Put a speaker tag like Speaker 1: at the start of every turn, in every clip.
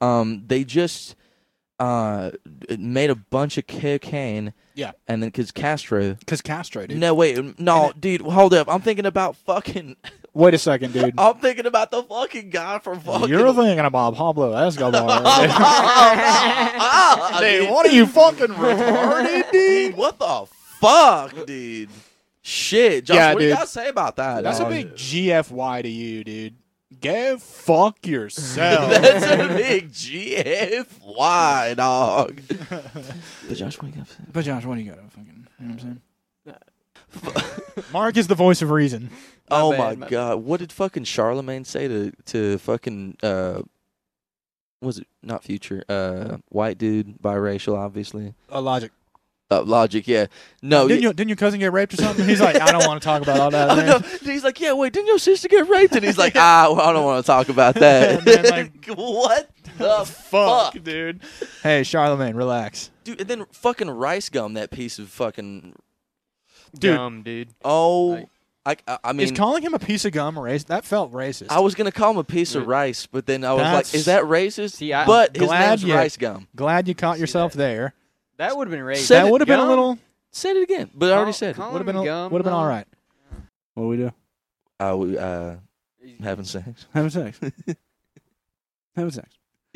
Speaker 1: Um, they just uh made a bunch of cocaine.
Speaker 2: Yeah.
Speaker 1: and then because Castro.
Speaker 2: Because Castro, dude.
Speaker 1: No, wait, no, dude, hold up. I'm thinking about fucking.
Speaker 2: Wait a second, dude.
Speaker 1: I'm thinking about the fucking guy from fucking.
Speaker 2: You're thinking about Pablo Escobar. right?
Speaker 1: Ah,
Speaker 2: Dude,
Speaker 1: Oh, dude.
Speaker 2: what are you fucking retarded,
Speaker 1: Dude,
Speaker 2: dude?
Speaker 1: what the fuck, dude? Shit, Josh,
Speaker 2: Yeah,
Speaker 1: what do
Speaker 2: dude.
Speaker 1: y'all say about that?
Speaker 2: That's a
Speaker 1: dog?
Speaker 2: big GFY to you, dude. Go fuck yourself.
Speaker 1: That's a big GFY, dog. but Josh, wake up.
Speaker 2: but Josh, what do you got? Fucking, you know what I'm saying? Mark is the voice of reason.
Speaker 3: My
Speaker 1: oh
Speaker 3: bad,
Speaker 1: my,
Speaker 3: my bad.
Speaker 1: god, what did fucking Charlemagne say to to fucking uh, was it not future uh white dude biracial obviously
Speaker 2: Uh, logic.
Speaker 1: uh, logic yeah no
Speaker 2: didn't,
Speaker 1: Oh, yeah-
Speaker 2: you, didn't your cousin get raped or something? He's like, I don't want to talk about all that.
Speaker 1: Oh,
Speaker 2: man.
Speaker 1: no. He's like, yeah, wait, didn't your sister get raped? And he's like, ah, well, I don't want to talk about that.
Speaker 2: Man, like-
Speaker 1: what the
Speaker 2: fuck,
Speaker 1: fuck?
Speaker 2: dude. Hey, Charlemagne, relax.
Speaker 1: Dude, and then fucking rice gum, that piece of fucking.
Speaker 2: Dude.
Speaker 3: Dumb, dude.
Speaker 1: Oh,
Speaker 3: Like-
Speaker 1: I, I, I
Speaker 2: is
Speaker 1: mean,
Speaker 2: calling him a piece of gum racist? That felt racist.
Speaker 1: I was going to call him a piece of rice, but then I was like,
Speaker 2: That's-
Speaker 1: is that racist?
Speaker 3: See, I-
Speaker 1: but his
Speaker 2: Glad
Speaker 1: name's
Speaker 2: you-
Speaker 1: rice gum.
Speaker 2: Glad you caught
Speaker 3: See
Speaker 2: yourself
Speaker 3: that.
Speaker 2: there.
Speaker 3: That would have been racist.
Speaker 1: Said
Speaker 2: that
Speaker 1: it
Speaker 2: would have been a
Speaker 3: gum?
Speaker 2: little.
Speaker 1: Said it again, but I already said it.
Speaker 3: Call
Speaker 2: Would have
Speaker 3: him
Speaker 2: been.
Speaker 3: gum,
Speaker 2: Would have been
Speaker 3: though.
Speaker 2: all right.
Speaker 4: What we do?
Speaker 1: I was uh, having sex.
Speaker 4: Having sex. Having sex.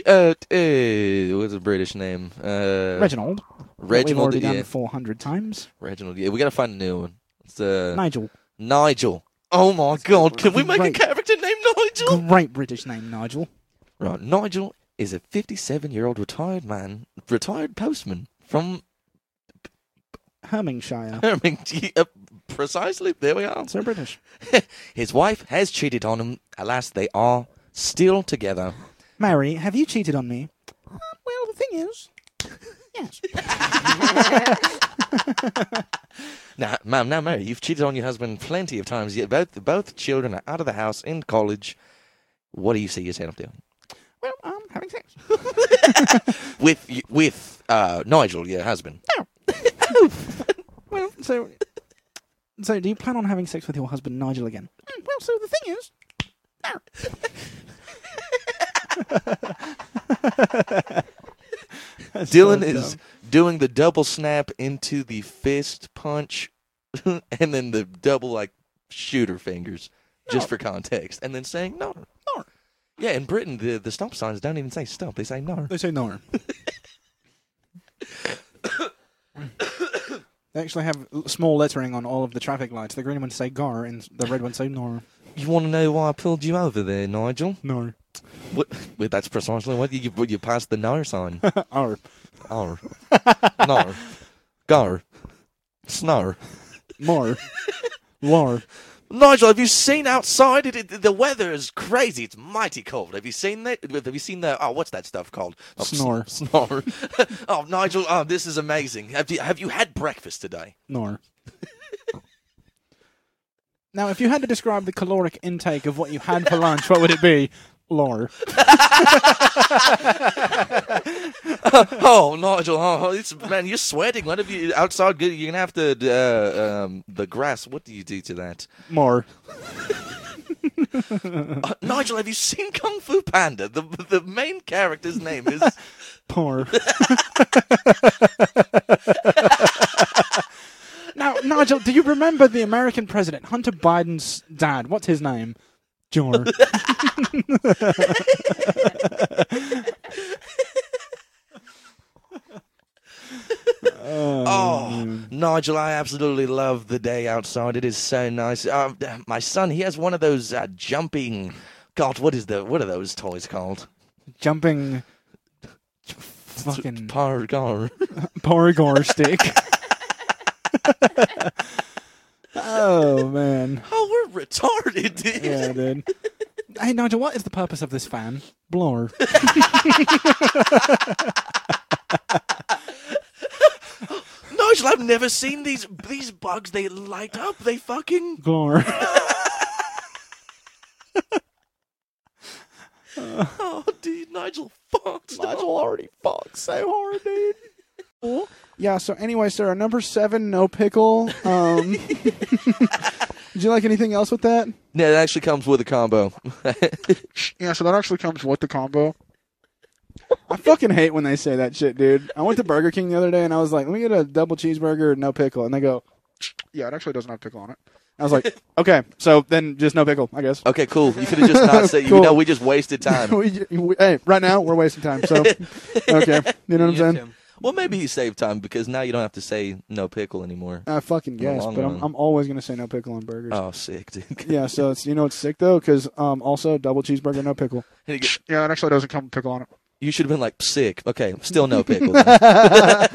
Speaker 1: Uh, t- uh, what's a British name? Uh,
Speaker 4: Reginald. that We've
Speaker 1: Reginald.
Speaker 4: already
Speaker 1: Yeah,
Speaker 4: done four hundred times.
Speaker 1: Reginald. Yeah, we got to find a new one. It's uh,
Speaker 4: Nigel.
Speaker 1: Nigel. Oh my god, can we make
Speaker 4: Right.
Speaker 1: a character named Nigel?
Speaker 4: Great British name, Nigel.
Speaker 1: Right, Nigel is a 57 year old retired man, retired postman from
Speaker 4: Hermingshire.
Speaker 1: Birmingham. Uh, precisely, there we are.
Speaker 4: So British.
Speaker 1: His wife has cheated on him. Alas, they are still together.
Speaker 4: Mary, have you cheated on me? Well, the thing is, yes.
Speaker 1: Now, ma'am, now, Mary, you've cheated on your husband plenty of times, yet both, both children are out of the house in college. What do you see yourself doing?
Speaker 4: Well, I'm having sex.
Speaker 1: With, y- with uh, Nigel, your husband.
Speaker 4: Well, so, so do you plan on having sex with your husband Nigel again? Mm, Well, so the thing is,
Speaker 1: Dylan is doing the double snap into the fist punch and then the double like shooter fingers just for context and then saying no.
Speaker 4: No.
Speaker 1: Yeah, in Britain the the stop signs don't even say stop, they say no.
Speaker 4: they say no. They actually have l- small lettering on all of the traffic lights. The green ones say "gar" and the red ones say "nor."
Speaker 1: You want to know why I pulled you over there, Nigel?
Speaker 4: No.
Speaker 1: What, well, that's precisely what you you passed the no sign.
Speaker 4: R.
Speaker 1: Ar. No. Gar. Snar.
Speaker 4: More. Lor.
Speaker 1: Nigel, have you seen outside? It, it- the weather is crazy. It's mighty cold. Have you seen that? Have you seen the? Oh, what's that stuff called? Oh, s-
Speaker 4: Snore.
Speaker 1: Snore. oh, Nigel. Oh, this is amazing. Have you have you had breakfast today?
Speaker 4: Nor. now, if you had to describe the caloric intake of what you had for lunch, what would it be? Lor.
Speaker 1: Oh, Nigel. Oh, it's man. You're sweating. One of you outside. You're gonna have to uh, um, the grass. What do you do to that?
Speaker 4: More.
Speaker 1: Uh, Nigel, have you seen Kung Fu Panda? The the main character's name is.
Speaker 4: Poor. now, Nigel, do you remember the American president, Hunter Biden's dad? What's his name? Jor.
Speaker 1: Oh, Nigel, I absolutely love the day outside. It is so nice. Um, my son, he has one of those uh, jumping. God, what is the what are those toys called?
Speaker 4: Jumping. Fucking
Speaker 1: Par- gar.
Speaker 4: Porigor stick. oh, man.
Speaker 1: Oh, we're retarded, dude.
Speaker 4: Yeah, dude. Hey, Nigel, what is the purpose of this fan? Blor.
Speaker 1: Nigel, I've never seen these these bugs. They light up. They fucking.
Speaker 4: Glor.
Speaker 1: Oh, dude, Nigel Oh. fucked. Nigel already fucked so hard, dude.
Speaker 4: Yeah, so anyway, sir, number seven, no pickle. Um, did you like anything else with that?
Speaker 1: No, it actually comes with a combo.
Speaker 4: Yeah, so that actually comes with the combo. I fucking hate when they say that shit, dude. I went to Burger King the other day and I was like, let me get a double cheeseburger, no pickle. And they go, yeah, it actually doesn't have pickle on it. I was like, okay, so then just no pickle, I guess.
Speaker 1: Okay, cool. You could have just not said.
Speaker 4: Cool.
Speaker 1: You know, we just wasted time.
Speaker 4: we, we- hey, right now we're wasting time. So, okay, you know what I'm saying?
Speaker 1: Well, maybe he saved time because now you don't have to say no pickle anymore.
Speaker 4: I fucking
Speaker 1: the
Speaker 4: guess,
Speaker 1: long
Speaker 4: but I'm,
Speaker 1: run.
Speaker 4: I'm always gonna say no pickle on burgers.
Speaker 1: Oh, sick, dude.
Speaker 4: Yeah, so it's you know it's sick though, because um also double cheeseburger no pickle. Yeah, it actually doesn't come with pickle on it.
Speaker 1: You should have been like sick. Okay, still no pickle.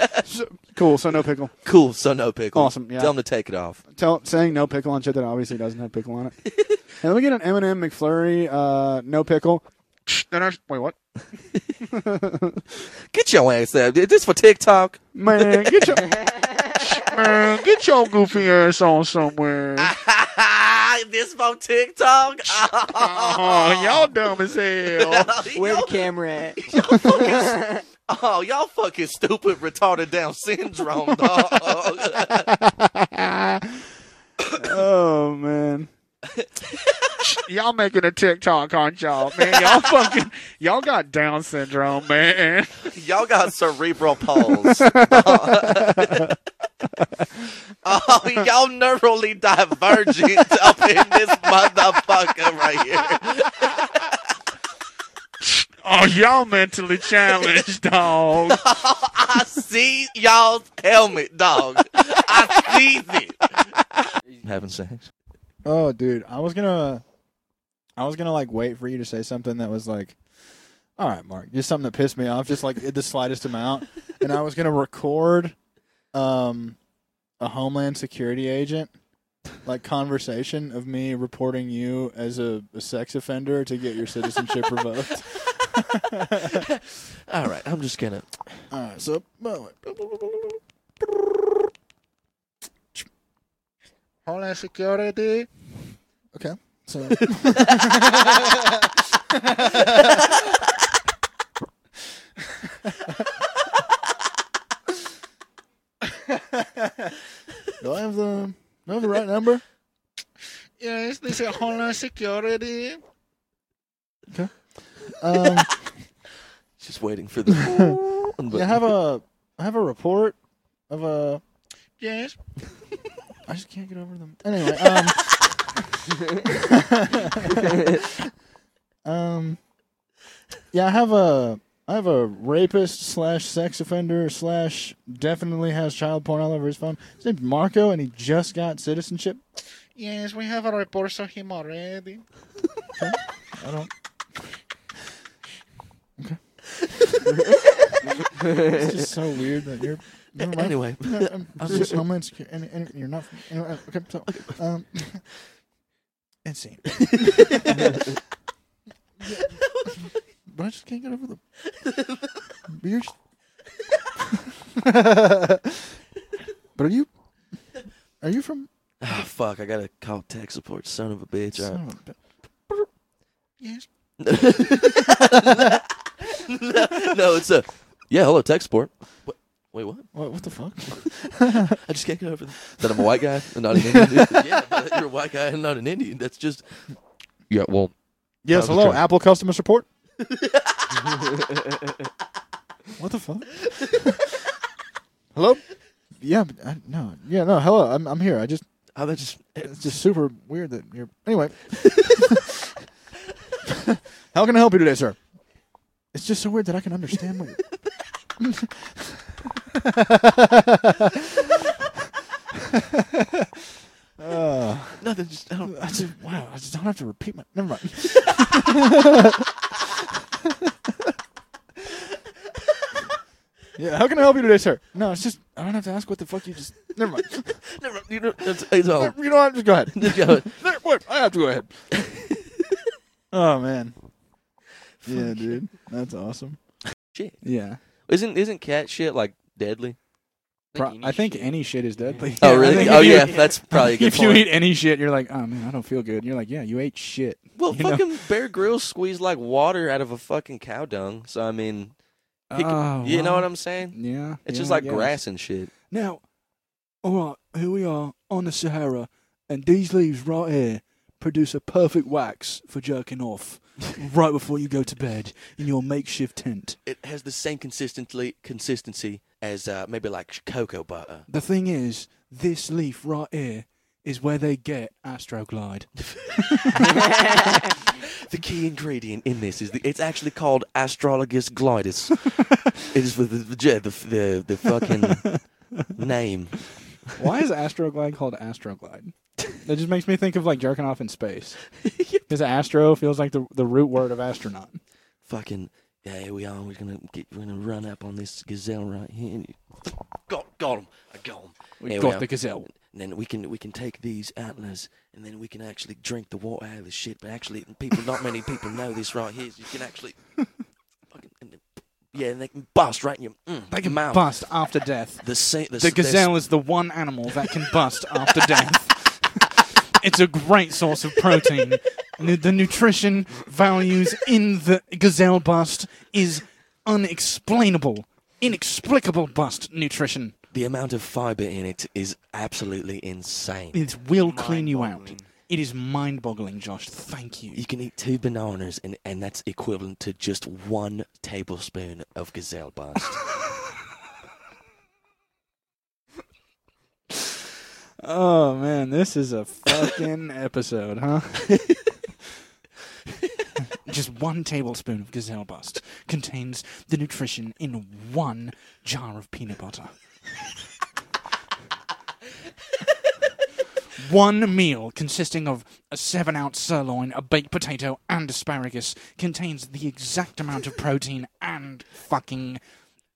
Speaker 4: So- cool, so no pickle.
Speaker 1: cool, so no pickle.
Speaker 4: Awesome, yeah.
Speaker 1: Tell him to take it off.
Speaker 4: Tell saying no pickle on shit that obviously doesn't have pickle on it. and let me get an M and m McFlurry, uh, no pickle. wait, what?
Speaker 1: Get your ass out. Is this for TikTok?
Speaker 4: Man, get your
Speaker 2: Man, get your goofy ass on somewhere.
Speaker 1: this for TikTok?
Speaker 2: Oh, y'all dumb as hell.
Speaker 3: Where the camera at?
Speaker 1: Oh, y'all fucking stupid, retarded Down syndrome, dog.
Speaker 4: oh man.
Speaker 2: y'all making a TikTok, aren't y'all? Man, y'all fucking, y'all got Down syndrome, man.
Speaker 1: y'all got cerebral palsy. oh, y'all neurally divergent up in this motherfucker right here.
Speaker 2: Oh, y'all mentally challenged, dog.
Speaker 1: I see y'all's helmet, dog. I see it. Having sex.
Speaker 5: Oh, dude, I was gonna, I was gonna like wait for you to say something that was like, all right, Mark, just something that pissed me off, just like the slightest amount, and I was gonna record, um, a Homeland Security agent, like conversation of me reporting you as a, a sex offender to get your citizenship revoked.
Speaker 1: All right, I'm just gonna.
Speaker 5: All right, so well,
Speaker 2: Homeland Security.
Speaker 5: okay, so do I have the do I have the right number?
Speaker 2: Yes, they say Homeland Security.
Speaker 5: Um,
Speaker 1: Just waiting for the.
Speaker 5: I have a I have a report of a
Speaker 2: Yes.
Speaker 5: I just can't get over them. Anyway, um, um, yeah, I have a I have a rapist slash sex offender slash definitely has child porn all over his phone. His name's Marco, and he just got citizenship.
Speaker 2: Yes, we have a report of him already.
Speaker 5: I don't. Okay. it's just so weird that you're. Never mind.
Speaker 1: Anyway,
Speaker 5: No, I'm, I'm just Homeland Security, and, and you're not. From, anyway, okay, so um, insane. but I just can't get over the beers. but are you? Are you from?
Speaker 1: ah, fuck, I gotta call tech support, son of a bitch. All right.
Speaker 5: son of a bi-
Speaker 2: Yes.
Speaker 1: No, it's a. Yeah, hello, tech support. What? Wait, what?
Speaker 5: What, what the fuck?
Speaker 1: I just can't get over that I'm a white guy and not an Indian. yeah, but you're a white guy and not an Indian. That's just. Yeah, well,
Speaker 5: Yes,
Speaker 1: hello,
Speaker 5: hello, Apple customer support. what the fuck? hello? Yeah, but I, no, yeah, no. Hello, I'm I'm here. I just
Speaker 1: how oh, that just.
Speaker 5: it's just super weird that you're. Anyway, how can I help you today, sir? It's just so weird that I can understand what. you're- Uh,
Speaker 1: Nothing, just. I don't.
Speaker 5: I just wow, I just don't have to repeat my. Never mind. yeah, how can I help you today, sir? No, it's just I don't have to ask what the fuck you just. Never mind.
Speaker 1: Never, you know, it's, it's all.
Speaker 5: you know what? Just go ahead.
Speaker 1: Yeah,
Speaker 5: Oh. There- Wait, I have to go ahead. oh man. Yeah, dude, that's awesome.
Speaker 1: Shit.
Speaker 5: Yeah,
Speaker 1: Isn't isn't cat shit like deadly?
Speaker 5: Pro- I think any shit is deadly.
Speaker 1: oh
Speaker 5: I
Speaker 1: really?
Speaker 5: think
Speaker 1: Oh
Speaker 5: if you-
Speaker 1: yeah, that's probably a good
Speaker 5: If you
Speaker 1: point.
Speaker 5: eat any shit, you're like, oh man, I don't feel good. And you're like, yeah, you ate shit.
Speaker 1: well,
Speaker 5: you know-
Speaker 1: fucking Bear Grylls squeezed like water out of a fucking cow dung. So I mean, he c-
Speaker 5: Oh,
Speaker 1: you know
Speaker 5: well.
Speaker 1: what I'm saying?
Speaker 5: Yeah.
Speaker 1: It's
Speaker 5: yeah,
Speaker 1: just
Speaker 5: I
Speaker 1: like
Speaker 5: guess.
Speaker 1: grass and shit.
Speaker 5: Now, all right, here we are on the Sahara, and these leaves right here
Speaker 3: produce a perfect wax for jerking off right before you go to bed in your makeshift tent.
Speaker 1: It has the same consistency consistency as uh, maybe like cocoa butter.
Speaker 3: The thing is, this leaf right here is where they get Astroglide.
Speaker 1: The key ingredient in this is the, it's actually called Astrologus glidus. it is the the the, the, the, the fucking name.
Speaker 4: Why is Astroglide called Astroglide? That just makes me think of like jerking off in space. Because astro feels like the the root word of astronaut.
Speaker 1: Fucking yeah, here we are. We're gonna get we're gonna run up on this gazelle right here. Got got him. I got him.
Speaker 3: We
Speaker 1: Here we
Speaker 3: got
Speaker 1: are.
Speaker 3: the gazelle.
Speaker 1: And then we can we can take these antlers and then we can actually drink the water out of this shit. But actually, people not many people know this right here. You can actually fucking and then- yeah, and they can bust right in your mm,
Speaker 4: They can
Speaker 1: mouth.
Speaker 4: bust after death.
Speaker 1: The, sa- the,
Speaker 4: The
Speaker 1: s- there's-
Speaker 4: gazelle is the one animal that can bust after death. It's a great source of protein. Nu- The nutrition values in the gazelle bust is unexplainable, inexplicable bust nutrition.
Speaker 1: the amount of fiber in it is absolutely insane.
Speaker 4: It will clean you out. It is mind-boggling, Josh. Thank you.
Speaker 1: You can eat two bananas, and, and that's equivalent to just one tablespoon of gazelle bust.
Speaker 4: Oh man, this is a fucking episode, huh?
Speaker 3: Just one tablespoon of gazelle bust contains the nutrition in one jar of peanut butter. one meal consisting of a seven ounce sirloin, a baked potato, and asparagus contains the exact amount of protein and fucking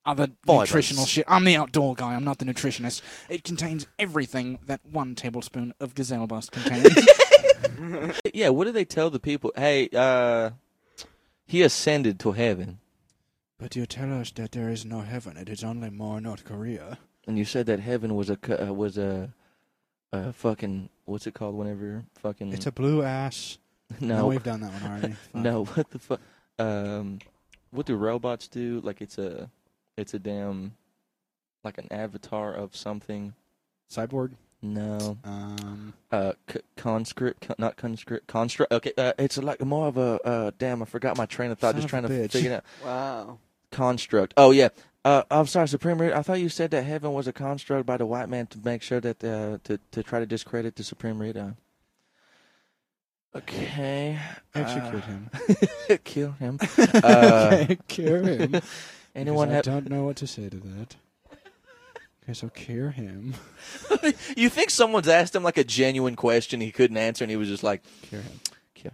Speaker 3: other
Speaker 1: Fibers.
Speaker 3: nutritional shit. I'm the outdoor guy, I'm not the nutritionist. It contains everything that one tablespoon of gazelle bust contains.
Speaker 1: yeah, what do they tell the people? Hey, uh, he ascended to heaven,
Speaker 3: But you tell us that there is no heaven. It is only more North Korea.
Speaker 1: and you said that heaven was a cu- uh, was a, a fucking what's it called? Whenever fucking
Speaker 5: It's a blue ass. No,
Speaker 1: no
Speaker 5: we've done that one already. Fuck.
Speaker 1: no what the fuck um what do robots do? Like it's a it's a damn like an avatar of something.
Speaker 5: Cyborg.
Speaker 1: No.
Speaker 5: Um,
Speaker 1: uh c- conscript con- not conscript construct okay uh, it's like more of a uh damn i forgot my train of thought
Speaker 5: Son
Speaker 1: just
Speaker 5: of
Speaker 1: trying
Speaker 5: a
Speaker 1: to
Speaker 5: bitch.
Speaker 1: figure it out
Speaker 6: Wow.
Speaker 1: construct oh yeah uh i'm sorry supreme reader i thought you said that heaven was a construct by the white man to make sure that uh to to try to discredit the supreme reader okay
Speaker 5: execute him.
Speaker 1: uh, kill him uh,
Speaker 5: cure him. because
Speaker 1: anyone
Speaker 5: I
Speaker 1: have
Speaker 5: don't know what to say to that. Okay, so cure him.
Speaker 1: you think someone's asked him like a genuine question he couldn't answer and he was just like
Speaker 5: Cure him.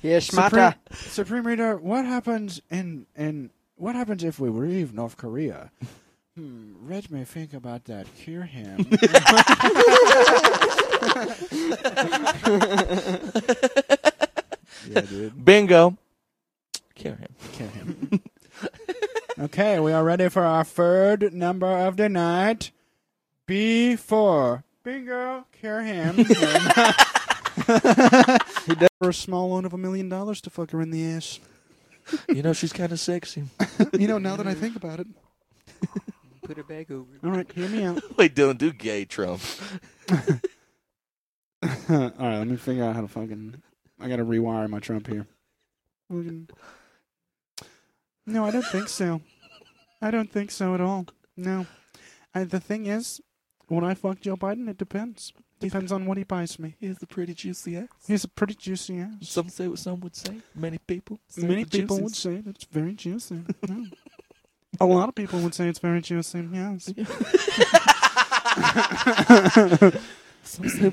Speaker 6: Yes,
Speaker 5: Supreme,
Speaker 6: Mata.
Speaker 5: Supreme Reader, what happens in in what happens if we leave North Korea? Hmm, Red may think about that. Cure him. yeah, dude.
Speaker 1: bingo kill him
Speaker 5: Cure him. okay, we are ready for our third number of the night. B four. Bingo. Cure him.
Speaker 4: For a small loan of a million dollars to fuck her in the ass.
Speaker 1: you know she's kind of sexy
Speaker 4: You know, now that I think about it.
Speaker 6: Put a bag over.
Speaker 4: All right, hear me out.
Speaker 1: wait dylan do gay trump
Speaker 4: All right, let me figure out how to fucking. I gotta rewire my Trump here. Fucking- No, I don't think so. I don't think so at all. No, I, the thing is, when I fuck Joe Biden, it depends. Depends on what he buys me.
Speaker 1: Here's the pretty juicy ass.
Speaker 4: He's a pretty juicy ass.
Speaker 1: Some say what some would say. Many people. Say
Speaker 4: Many
Speaker 1: the
Speaker 4: people
Speaker 1: juices.
Speaker 4: would say that's very juicy. Yeah. a lot of people would say it's very juicy. Yes.
Speaker 1: Some say,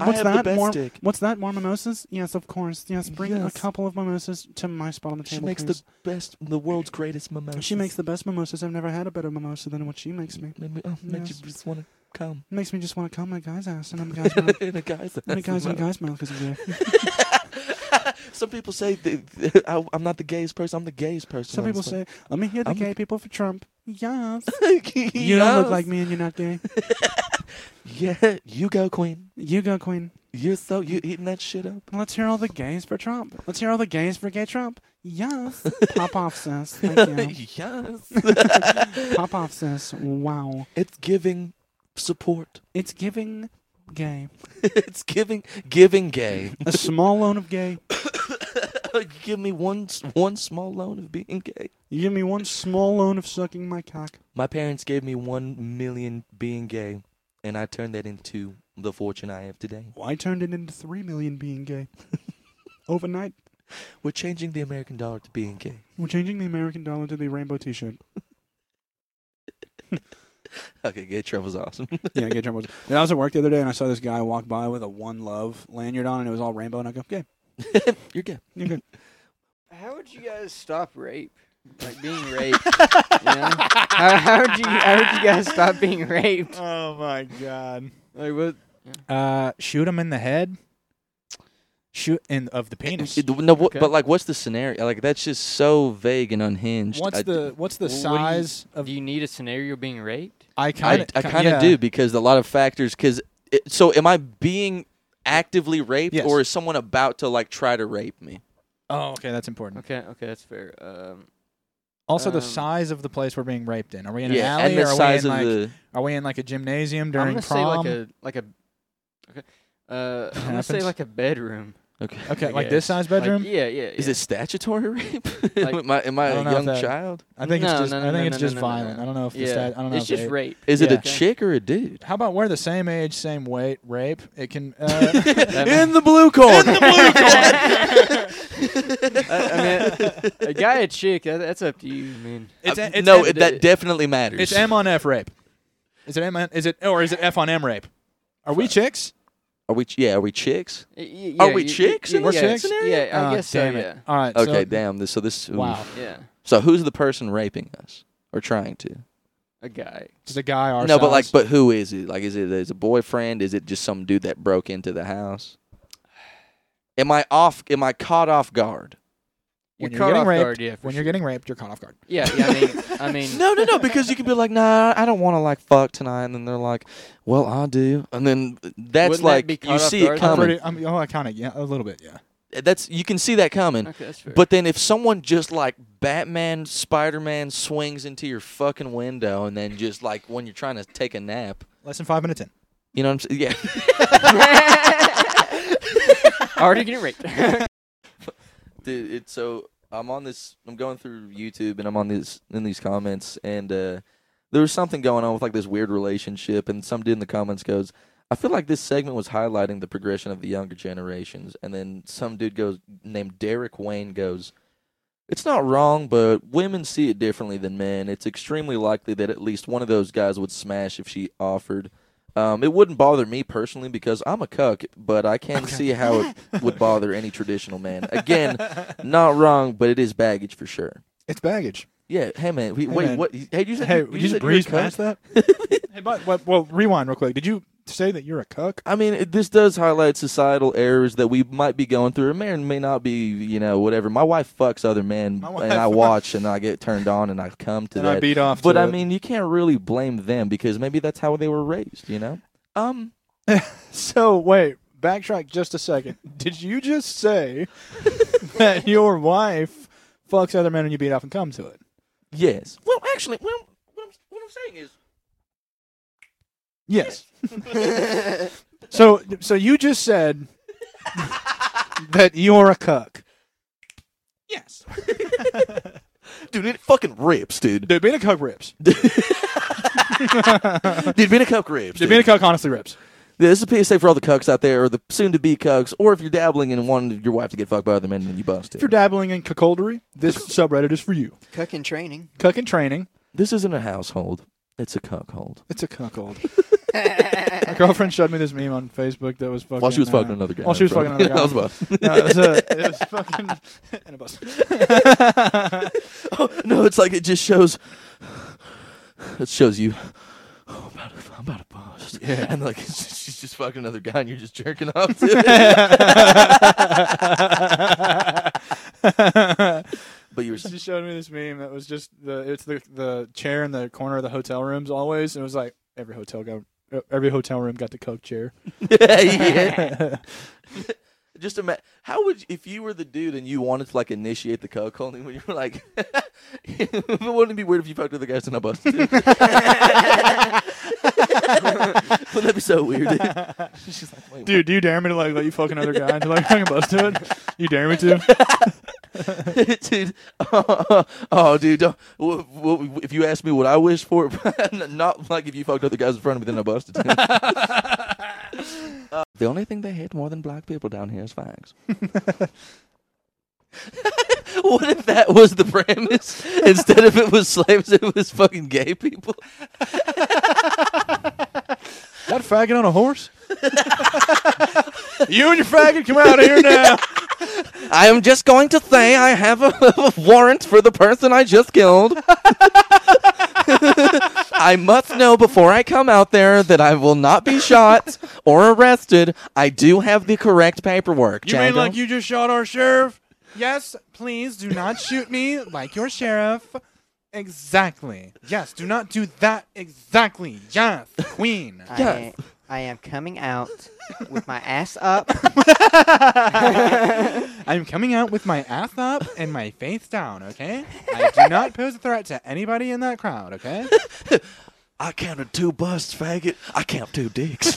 Speaker 1: I
Speaker 4: What's
Speaker 1: have the
Speaker 4: that?
Speaker 1: best
Speaker 4: More-
Speaker 1: dick.
Speaker 4: What's that? More mimosas? Yes, of course. Yes, bring
Speaker 1: Yes.
Speaker 4: a couple of mimosas to my spot on the
Speaker 1: She
Speaker 4: table.
Speaker 1: makes
Speaker 4: please.
Speaker 1: the best, the world's greatest mimosa.
Speaker 4: She makes the best mimosas. I've never had a better mimosa than what she makes me.
Speaker 1: Made me, oh, made
Speaker 4: Yes.
Speaker 1: you just want to come.
Speaker 4: Makes me just want to come my guy's ass and I'm a guy's mouth.
Speaker 1: In a guy's ass.
Speaker 4: I'm a guy's, I'm a guy's mouth because of you.
Speaker 1: Some people say that, I, I'm not the gayest person. I'm the gayest person.
Speaker 4: Some
Speaker 1: on
Speaker 4: people
Speaker 1: this planet.
Speaker 4: say, let me hear the
Speaker 1: I'm-
Speaker 4: gay people for Trump. Yes. You
Speaker 1: you
Speaker 4: don't look like me and you're not gay.
Speaker 1: Yeah, you go, queen.
Speaker 4: You go, queen.
Speaker 1: You're so you eating that shit up.
Speaker 4: Let's hear all the gays for Trump. Let's hear all the gays for gay Trump. Yes. Pop off, sis. Thank you.
Speaker 1: yes,
Speaker 4: Pop off, sis. Wow.
Speaker 1: it's giving support.
Speaker 4: It's giving
Speaker 3: gay.
Speaker 1: it's giving giving gay.
Speaker 4: A small loan of gay.
Speaker 1: you give me one s- one small loan of being gay.
Speaker 4: You give me one small loan of sucking my cock.
Speaker 1: My parents gave me one million being gay, and I turned that into the fortune I have today.
Speaker 4: Well, I turned it into three million being gay. Overnight,
Speaker 1: We're changing the American dollar to being gay.
Speaker 4: we're changing the American dollar to the rainbow T-shirt.
Speaker 1: Okay, gay travel's awesome.
Speaker 4: yeah, gay jumbo. And I was at work the other day and I saw this guy walk by with a one love lanyard on and it was all rainbow and I go, gay.
Speaker 1: You're gay.
Speaker 4: You're good.
Speaker 6: How would you guys stop rape? Like being raped. you know? how, how would you how would you guys stop being raped?
Speaker 5: Oh my god.
Speaker 6: Like what?
Speaker 5: Uh, shoot him in the head. Shoot in of the penis.
Speaker 1: It- no, what,
Speaker 6: Okay.
Speaker 1: but like, what's the scenario? Like, that's just so vague and unhinged.
Speaker 5: What's
Speaker 1: I,
Speaker 5: the what's the
Speaker 6: Well, what do you-
Speaker 5: size of
Speaker 6: uh, Do you need a scenario being raped?
Speaker 5: I
Speaker 1: I,
Speaker 5: kind
Speaker 1: I kind of do because a lot of factors. Because so, am I being actively raped,
Speaker 5: Yes.
Speaker 1: or is someone about to like try to rape me?
Speaker 5: Oh, okay, that's important.
Speaker 6: Okay, okay, that's fair. Um,
Speaker 5: Also, the
Speaker 6: Um,
Speaker 5: size of the place we're being raped in. Are we in
Speaker 1: yeah,
Speaker 5: an alley?
Speaker 1: and the
Speaker 5: or are
Speaker 1: size
Speaker 5: we
Speaker 1: of
Speaker 5: in
Speaker 1: the
Speaker 5: like Are we in like a gymnasium
Speaker 6: I'm
Speaker 5: during
Speaker 6: gonna
Speaker 5: prom?
Speaker 6: say like a like a okay. Uh, I'm gonna say
Speaker 5: Happens.
Speaker 6: like a bedroom.
Speaker 1: okay.
Speaker 5: okay,
Speaker 6: I
Speaker 5: like this
Speaker 6: guess.
Speaker 5: size
Speaker 6: Like,
Speaker 5: bedroom.
Speaker 6: yeah, yeah, yeah.
Speaker 1: Is it statutory rape?
Speaker 6: Like-
Speaker 1: am I, am I
Speaker 5: I
Speaker 1: a
Speaker 5: don't know if
Speaker 1: young
Speaker 5: that-
Speaker 1: child?
Speaker 5: I think it's
Speaker 6: No,
Speaker 5: just
Speaker 6: no,
Speaker 5: I
Speaker 6: no,
Speaker 5: think
Speaker 6: no,
Speaker 5: it's
Speaker 6: no,
Speaker 5: just
Speaker 6: no, no, no.
Speaker 5: violent. I don't know if the
Speaker 6: Yeah.
Speaker 5: stat, I don't know.
Speaker 6: It's
Speaker 5: if
Speaker 6: just
Speaker 5: it-
Speaker 6: rape.
Speaker 1: Is it
Speaker 5: Yeah.
Speaker 1: a chick or a dude?
Speaker 5: How about we're the same age, same weight, rape? It can. Uh,
Speaker 1: In the blue corner.
Speaker 6: I, I mean, a guy, a chick. That, that's up to you, man.
Speaker 5: it's,
Speaker 1: Uh,
Speaker 5: it's
Speaker 1: no,
Speaker 5: M-
Speaker 1: it, that definitely matters.
Speaker 5: it's M on F rape. Is it M? On, is it or is it F on M rape? Are we chicks?
Speaker 1: Are we? ch- Yeah, are we chicks?
Speaker 6: Y- y-
Speaker 1: Are
Speaker 6: yeah,
Speaker 1: we
Speaker 6: you-
Speaker 1: chicks
Speaker 6: y-
Speaker 1: in
Speaker 5: We're
Speaker 6: yeah,
Speaker 5: chicks?
Speaker 6: Yeah, I
Speaker 5: Oh,
Speaker 6: guess
Speaker 5: damn
Speaker 6: so.
Speaker 5: it.
Speaker 6: Yeah.
Speaker 5: All right.
Speaker 1: Okay,
Speaker 5: so-
Speaker 1: damn. This so this. ooh.
Speaker 5: Wow.
Speaker 6: yeah,
Speaker 1: So who's the person raping us or trying to?
Speaker 6: a guy.
Speaker 5: Just a guy. Our
Speaker 1: no, but like,
Speaker 5: size.
Speaker 1: but who is it? Like, is it is it a boyfriend? Is it just some dude that broke into the house? Am I off? Am I caught off guard?
Speaker 5: When you're
Speaker 6: You're caught
Speaker 5: getting
Speaker 6: off
Speaker 5: raped-
Speaker 6: guard, yeah, for
Speaker 5: when you're
Speaker 6: sure.
Speaker 5: getting raped, you're caught off guard.
Speaker 6: yeah, yeah. I mean, I mean,
Speaker 1: No, no, no. Because you could be like, nah, I don't want to like fuck tonight, and then they're like, well, I do, and then that's
Speaker 6: Wouldn't that
Speaker 1: like
Speaker 6: be
Speaker 1: you
Speaker 6: caught off
Speaker 1: see it
Speaker 6: guard, though?
Speaker 5: I'm
Speaker 1: coming.
Speaker 5: pretty. I'm, oh, I kind of yeah, a little bit yeah.
Speaker 1: that's you can see that coming.
Speaker 6: okay, that's fair.
Speaker 1: But then if someone just like Batman, Spider Man swings into your fucking window, and then just like when you're trying to take a nap,
Speaker 5: Less than five minutes in.
Speaker 1: you know what I'm saying? Yeah.
Speaker 6: already getting raped.
Speaker 1: Dude, it's so I'm on this. I'm going through YouTube and I'm on this in these comments, and uh, there was something going on with like this weird relationship, and some dude in the comments goes, "I feel like this segment was highlighting the progression of the younger generations," and then some dude goes named Derek Wayne goes. It's not wrong, but women see it differently than men. It's extremely likely that at least one of those guys would smash if she offered. Um, it wouldn't bother me personally because I'm a cuck, but I can see how it would bother any traditional man. Again, not wrong, but it is baggage for sure.
Speaker 5: It's baggage.
Speaker 1: Yeah, hey man, we,
Speaker 5: Hey,
Speaker 1: wait,
Speaker 5: man.
Speaker 1: what? Hey, you said
Speaker 5: Hey,
Speaker 1: you,
Speaker 5: you,
Speaker 1: you
Speaker 5: just
Speaker 1: said were a
Speaker 5: breeze
Speaker 1: cuck?
Speaker 5: past that. hey, but well, well, rewind real quick. Did you say that you're a cuck?
Speaker 1: I mean, it, this does highlight societal errors that we might be going through. It may or may not be, you know, whatever. My wife fucks other men,
Speaker 5: My
Speaker 1: and I
Speaker 5: wife-
Speaker 1: watch, and I get turned on, and I come to
Speaker 5: And
Speaker 1: that.
Speaker 5: I beat off.
Speaker 1: But
Speaker 5: to
Speaker 1: I
Speaker 5: it.
Speaker 1: mean, you can't really blame them because maybe that's how they were raised, you know. Um,
Speaker 5: so wait, backtrack just a second. Did you just say that your wife fucks other men and you beat off and come to it?
Speaker 1: yes. Well, actually, well, what I'm, what I'm saying is,
Speaker 5: Yes. so so you just said that you're a cuck.
Speaker 3: Yes.
Speaker 1: dude, it fucking rips, dude.
Speaker 5: Dude, being a cuck rips.
Speaker 1: Dude, being a cuck rips.
Speaker 5: Dude, being a cuck honestly rips.
Speaker 1: Yeah, this is a PSA for all the cucks out there, or the soon-to-be cucks, or if you're dabbling and wanting your wife to get fucked by other men, then you bust
Speaker 5: If
Speaker 1: it.
Speaker 5: you're dabbling in cuckoldery, this subreddit is for you.
Speaker 6: Cuck in training.
Speaker 5: Cuck in training.
Speaker 1: This isn't a household; it's a cuckold.
Speaker 5: It's a cuckold. My girlfriend showed me this meme on Facebook that was fucking.
Speaker 1: While she was
Speaker 5: uh,
Speaker 1: fucking another guy.
Speaker 5: While she was
Speaker 1: bro.
Speaker 5: fucking another guy.
Speaker 1: That was about-
Speaker 5: No, it was, a, it was fucking in a bus.
Speaker 1: Oh, no, it's like it just shows. It shows you. Oh, I'm about to, I'm about to bust. Yeah. And like it's just- she's just fucking another guy, and you're just jerking off to it. but you were.
Speaker 5: She showed me this meme that was just the it's the the chair in the corner of the hotel rooms always, and it was like every hotel got every hotel room got the coke chair.
Speaker 1: yeah. Just ima- how would if you were the dude and you wanted to like initiate the cuckolding, would you were like, wouldn't it be weird if you fucked with the guys and I busted? it? Wouldn't that be so weird?
Speaker 5: She's like,
Speaker 1: Wait,
Speaker 4: Dude, do you dare me to like let you fuck another guy until I fucking bust to it? You dare me to?
Speaker 1: dude, oh, dude, don't, w- w- if you ask me what I wish for, not like if you fucked other guys in front of me, then I busted. Uh, the only thing they hate more than black people down here is fags. what if that was the premise? Instead of it was slaves, it was fucking gay people.
Speaker 5: that faggot on a horse?
Speaker 4: you and your faggot come out of here now.
Speaker 1: I am just going to say I have a, a warrant for the person I just killed. I must know before I come out there that I will not be shot or arrested. I do have the correct paperwork.
Speaker 4: You mean
Speaker 1: Django.
Speaker 4: like you just shot our sheriff? Yes, please do not shoot me like your sheriff. Exactly. Yes, do not do that exactly. Yes, queen.
Speaker 1: Yeah.
Speaker 6: I, I am coming out with my ass up.
Speaker 4: I'm coming out with my ass up and my face down, okay? I do not pose a threat to anybody in that crowd, okay?
Speaker 1: I counted two busts, faggot. I count two dicks.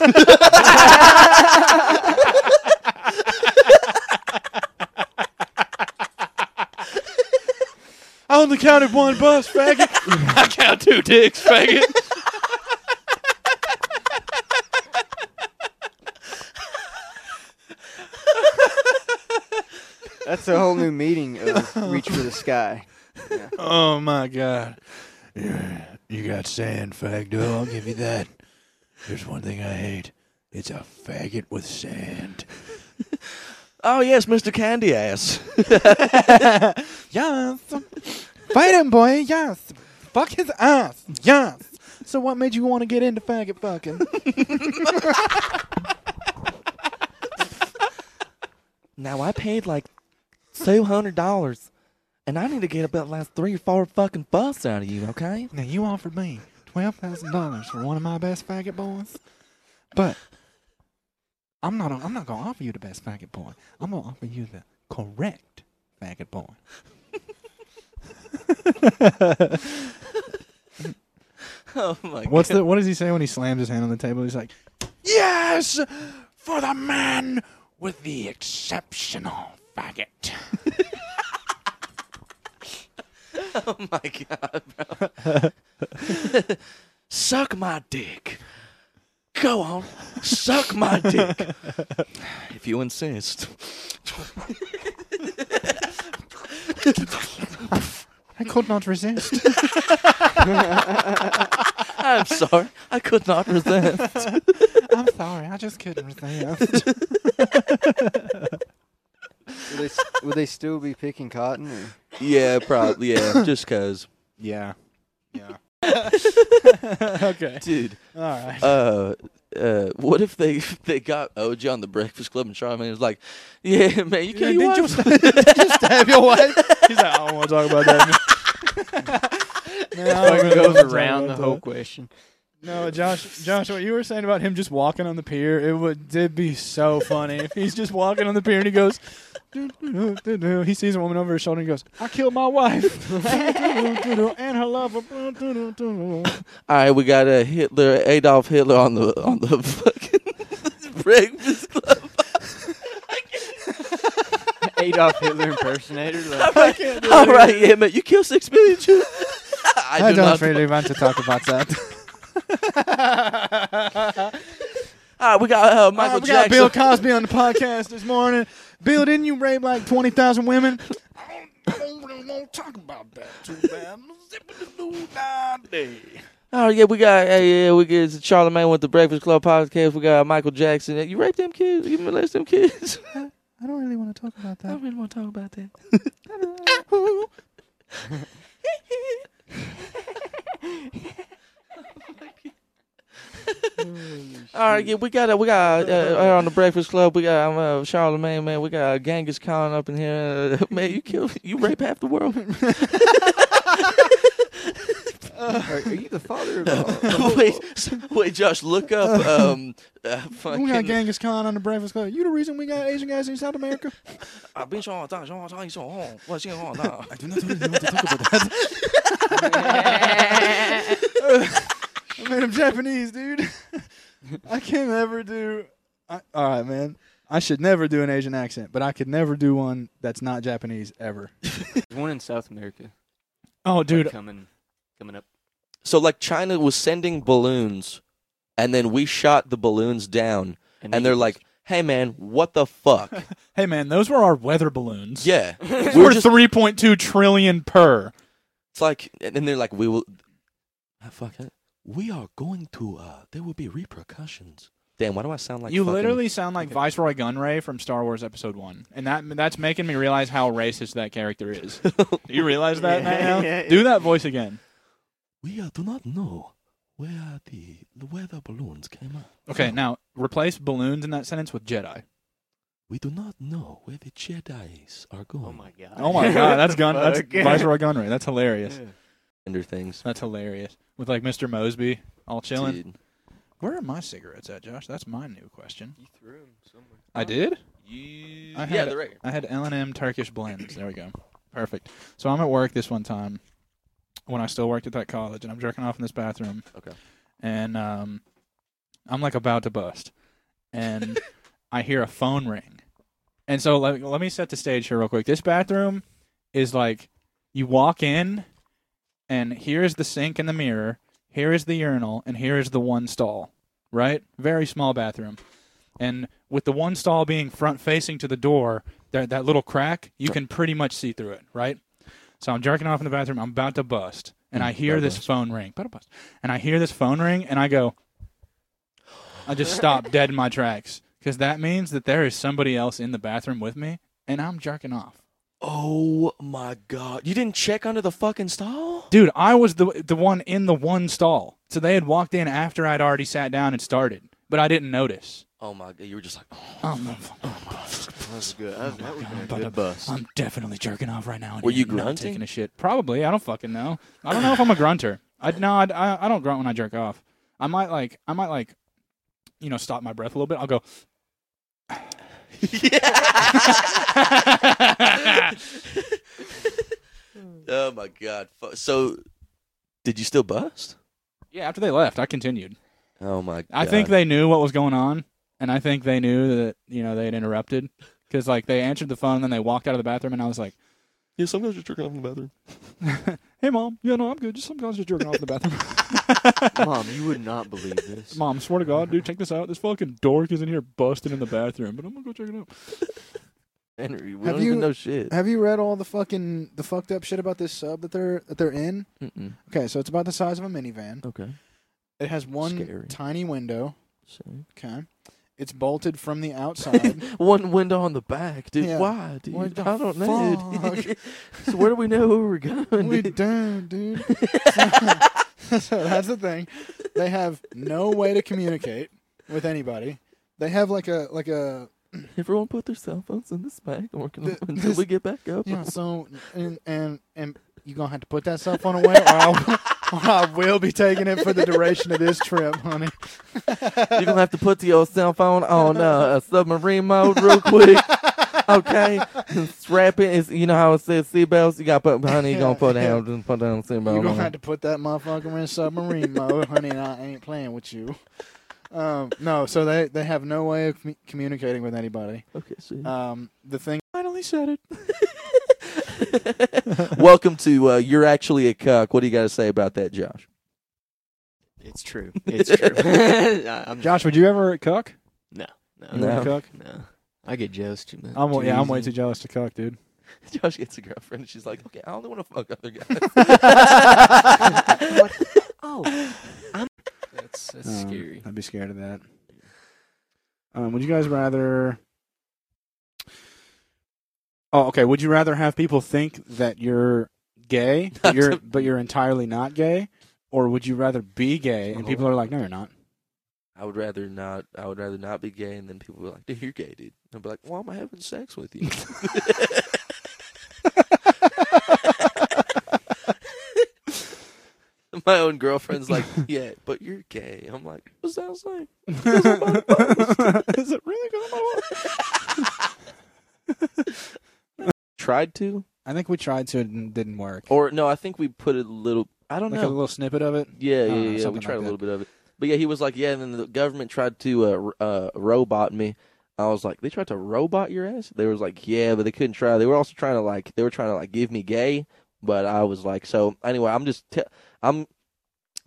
Speaker 4: I only counted one bus, faggot.
Speaker 1: I count two dicks, faggot.
Speaker 6: That's a whole new meaning of Reach for the Sky.
Speaker 4: Oh my god.
Speaker 5: You got sand, fag dog. I'll give you that. There's one thing I hate. It's a faggot with sand.
Speaker 1: Oh yes, Mr. Candy Ass.
Speaker 4: Yes. Fight him, boy. Yes. Fuck his ass. Yes.
Speaker 5: So what made you want to get into faggot fucking?
Speaker 1: Now I paid like two hundred dollars, and I need to get about last three or four fucking busts out of you, okay?
Speaker 4: Now you offered me twelve thousand dollars for one of my best faggot boys, but I'm not. I'm not gonna offer you the best faggot boy. I'm gonna offer you the correct faggot boy.
Speaker 1: Oh my
Speaker 5: What's the what does he say when he slams his hand on the table? He's like,
Speaker 4: Yes, for the man with the exceptional faggot.
Speaker 1: Oh my god, bro. suck my dick. Go on, suck my dick. if you insist.
Speaker 4: I could not resist.
Speaker 1: I'm sorry, I could not resist.
Speaker 4: I'm sorry. I just couldn't resist.
Speaker 6: Will they, s- will they still be picking cotton? Or?
Speaker 1: yeah, probably. Yeah, just cause,
Speaker 5: yeah, yeah.
Speaker 1: dude.
Speaker 5: All right.
Speaker 1: Uh, uh, what if they they got OJ on the Breakfast Club and Charmin was like, yeah, man, you can't.
Speaker 5: didn't you
Speaker 1: watch-
Speaker 5: Stab your wife. He's like, I don't want to talk about that.
Speaker 6: It goes around the whole question.
Speaker 5: No, Josh, Josh, what you were saying about him just walking on the pier, it would did be so funny if he's just walking on the pier and he goes, "Doo-doo-doo-doo-doo." he sees a woman over his shoulder and goes, "I killed my wife Doo-doo-doo-doo-doo, and her lover." Doo-doo-doo-doo-doo.
Speaker 1: All right, we got a Hitler, Adolf Hitler on the on the fucking Breakfast Club.
Speaker 6: Adolf Hitler impersonator. Like,
Speaker 1: All right, yeah, man. You kill six million Jews. I, do not.
Speaker 5: really want to talk about that.
Speaker 1: All right, we got uh, Michael
Speaker 5: Uh, we got
Speaker 1: Jackson.
Speaker 5: Bill Cosby on the podcast this morning. Bill, didn't you rape like twenty thousand women?
Speaker 4: I don't really want to talk about that too bad.
Speaker 1: oh yeah, we got uh, yeah, we got Charlamagne with the Breakfast Club podcast. We got Michael Jackson. You raped them kids. You molest them kids.
Speaker 5: I don't really want to talk about
Speaker 1: I
Speaker 5: that.
Speaker 1: don't really want to talk about that. All right, yeah, we got uh, we got uh, uh, on the Breakfast Club. We got um, uh, Charlemagne, man. We got uh, Genghis Khan up in here. Uh, man, you kill, you rape half the world.
Speaker 6: are, are you the father of all?
Speaker 1: wait, s- wait, Josh, look up. Um, uh, fucking.
Speaker 5: We got Genghis Khan on the Breakfast Club. You the reason we got Asian guys in South America?
Speaker 1: I've been showing all the time, showing all the time, showing all- what's going on now?
Speaker 4: I do not really want to talk about that.
Speaker 5: I made him Japanese, dude.
Speaker 4: I can never do. I, all right, man. I should never do an Asian accent, but I could never do one that's not Japanese ever.
Speaker 6: There's one in South America.
Speaker 5: Oh,
Speaker 6: like,
Speaker 5: dude,
Speaker 6: coming, coming up.
Speaker 1: So like China was sending balloons, and then we shot the balloons down, and
Speaker 6: they
Speaker 1: they're
Speaker 6: just-
Speaker 1: like, "Hey man, what the fuck?"
Speaker 5: Hey man, those were our weather balloons.
Speaker 1: yeah,
Speaker 5: Those
Speaker 1: we
Speaker 5: were
Speaker 1: were just.
Speaker 5: three point two trillion per.
Speaker 1: It's like, and then they're like, "We will." Ah, fuck it. We are going to. uh There will be repercussions. Damn, why do I sound like
Speaker 5: you
Speaker 1: fucking-
Speaker 5: literally sound like
Speaker 1: Okay.
Speaker 5: Viceroy Gunray from Star Wars Episode One, and that that's making me realize how racist that character is. do you realize that
Speaker 6: Yeah,
Speaker 5: now?
Speaker 6: yeah,
Speaker 5: Do that voice again.
Speaker 1: We uh, do not know where the the weather balloons came up.
Speaker 5: Okay, now replace balloons in that sentence with Jedi.
Speaker 1: We do not know where the Jedi's are going.
Speaker 6: Oh my god.
Speaker 4: Oh my god, that's gun. That's
Speaker 6: Fuck.
Speaker 4: Viceroy Gunray. That's hilarious.
Speaker 1: Under things.
Speaker 5: That's hilarious. With like Mr. Mosby all chilling.
Speaker 1: Dude.
Speaker 5: Where are my cigarettes at, Josh? That's my new question.
Speaker 6: You threw him somewhere.
Speaker 5: I did.
Speaker 1: You...
Speaker 5: I
Speaker 1: Yeah,
Speaker 5: had-
Speaker 1: they're right here.
Speaker 5: I had L and M Turkish blends. There we go. Perfect. So I'm at work this one time when I still worked at that college, and I'm jerking off in this bathroom.
Speaker 1: Okay.
Speaker 5: And um, I'm like about to bust, and I hear a phone ring, and so let let me set the stage here real quick. This bathroom is like you walk in, and here is the sink and the mirror, here is the urinal, and here is the one stall. Right, very small bathroom, and with the one stall being front facing to the door, that that little crack, you can pretty much see through it, right? So I'm jerking off in the bathroom. I'm about to Mm, bust, and I hear
Speaker 1: about to
Speaker 5: this phone ring. About to bust, and I hear this phone ring, and I go. I just stop dead in my tracks because that means that there is somebody else in the bathroom with me, and I'm jerking off.
Speaker 1: Oh my god. You didn't check under the fucking stall?
Speaker 5: Dude, I was the the one in the one stall, so they had walked in after I'd already sat down and started, but I didn't notice.
Speaker 1: Oh my god. You were just like, oh,
Speaker 5: Oh, my f-
Speaker 6: That was good. That, that would have
Speaker 5: but
Speaker 6: been a
Speaker 5: a-
Speaker 6: good bust.
Speaker 5: I'm definitely jerking off right now. and
Speaker 1: Were you
Speaker 5: not
Speaker 1: grunting?
Speaker 5: Taking a shit. Probably. I don't fucking know. I don't know if I'm a grunter. I no. I'd- I I don't grunt when I jerk off. I might like. I might like. You know, stop my breath a little bit. I'll go.
Speaker 1: oh my god. Fu- So, did you still bust?
Speaker 5: Yeah. After they left, I continued.
Speaker 1: Oh my god.
Speaker 5: I think they knew what was going on, and I think they knew that you know they had interrupted because like they answered the phone, and then they walked out of the bathroom, and I was like,
Speaker 1: Yeah, sometimes you're jerking off in the bathroom.
Speaker 5: "Hey, mom. Yeah, no, I'm good. Just some guys just jerking off in the bathroom."
Speaker 6: Mom, you would not believe this.
Speaker 5: Mom, swear to God, dude, check this out. This fucking dork is in here busting in the bathroom, but I'm gonna go check it out.
Speaker 1: Henry, we
Speaker 4: Have
Speaker 1: don't even
Speaker 4: you-
Speaker 1: know shit.
Speaker 4: Have you read all the fucking the fucked up shit about this sub that they're that they're in?
Speaker 1: Mm-mm.
Speaker 4: Okay, so it's about the size of a minivan.
Speaker 1: Okay.
Speaker 4: It has one
Speaker 1: Oh, Scary.
Speaker 4: tiny window.
Speaker 1: So.
Speaker 4: Okay, it's bolted from the outside.
Speaker 1: One window on the back, dude.
Speaker 4: Yeah.
Speaker 1: Why, dude?
Speaker 4: What the
Speaker 1: I don't know. dude.
Speaker 4: fuck?
Speaker 1: so where do we know who we're going?
Speaker 4: we
Speaker 1: dude?
Speaker 4: down, dude. so that's the thing. They have no way to communicate with anybody. They have like a like a
Speaker 1: Everyone put their cell phones in this bag and we're gonna,
Speaker 4: Th-
Speaker 1: until
Speaker 4: this-
Speaker 1: we get back up.
Speaker 4: yeah. So and and and you gonna have to put that cell phone away, or I'll, or I will be taking it for the duration of this trip, honey.
Speaker 1: You're gonna have to put your cell phone on uh, a submarine mode real quick. Okay, strap it. It's, you know how it says seatbelts. You got to put, honey. You gonna put down, just put down the
Speaker 4: You're
Speaker 1: seatbelt.
Speaker 4: gonna have
Speaker 1: on.
Speaker 4: to put that motherfucker in submarine mode, honey. And I ain't playing with you. Um, no, so they they have no way of commu- communicating with anybody.
Speaker 1: Okay, shit.
Speaker 4: Um, the thing.
Speaker 5: Finally said it.
Speaker 1: Welcome to uh, you're actually a cuck. What do you got to say about that, Josh?
Speaker 6: It's true. It's true. I- I'm
Speaker 5: Josh, would you ever cuck?
Speaker 6: no,
Speaker 1: You wanna
Speaker 6: no. no. I get jealous too much.
Speaker 5: I'm,
Speaker 6: too
Speaker 5: yeah, I'm way
Speaker 6: easy.
Speaker 5: too jealous to cuck, dude.
Speaker 1: Josh gets a girlfriend. and She's like, okay, I only want to fuck other guys.
Speaker 6: Oh, I'm. That's, that's
Speaker 4: Um,
Speaker 6: scary.
Speaker 4: I'd be scared of that. Um, would you guys rather?
Speaker 7: Oh, okay. Would you rather have people think that you're gay, but you're
Speaker 1: That's a-
Speaker 7: but you're entirely not gay, or would you rather be gay and people are like, no, you're not?
Speaker 1: I would rather not. I would rather not be gay, and then people were like, "Dude, you're gay, dude." And I'd be like, "Why am I having sex with you?" My own girlfriend's like, "Yeah, but you're gay." I'm like, "What's that like?"
Speaker 7: Is it really going on?
Speaker 1: Tried to,
Speaker 4: I think we tried to and it didn't work.
Speaker 1: or no? Oh, I think we put a little. I don't
Speaker 4: like a
Speaker 1: know.
Speaker 4: little snippet of it.
Speaker 1: yeah,
Speaker 4: I don't know,
Speaker 1: yeah, yeah. We
Speaker 4: something
Speaker 1: tried
Speaker 4: like
Speaker 1: a little bit of it. But yeah, he was like, yeah. And then the government tried to uh, r- uh, robot me. I was like, they tried to robot your ass. They was like, yeah, but they couldn't try. They were also trying to like, they were trying to like give me gay. But I was like, so anyway, I'm just, te- I'm.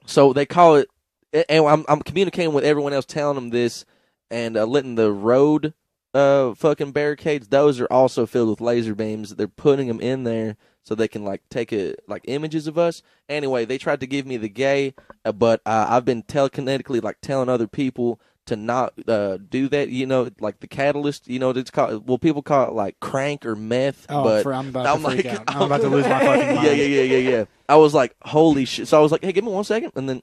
Speaker 1: So they call it, a- and I'm I'm communicating with everyone else, telling them this, and uh, letting the road uh fucking barricades. Those are also filled with laser beams. They're putting them in there so they can like take a, like images of us. Anyway, they tried to give me the gay, uh, but uh, I've been telekinetically like telling other people to not uh, do that. You know, like the catalyst. You know, what it's called. Well, people call it like crank or meth,
Speaker 4: Oh,
Speaker 1: but
Speaker 4: for, I'm about
Speaker 1: I'm
Speaker 4: to freak
Speaker 1: like-
Speaker 4: out. I'm about to lose my fucking mind.
Speaker 1: yeah, yeah, yeah, yeah, yeah. I was like, holy shit. So I was like, hey, give me one second, and then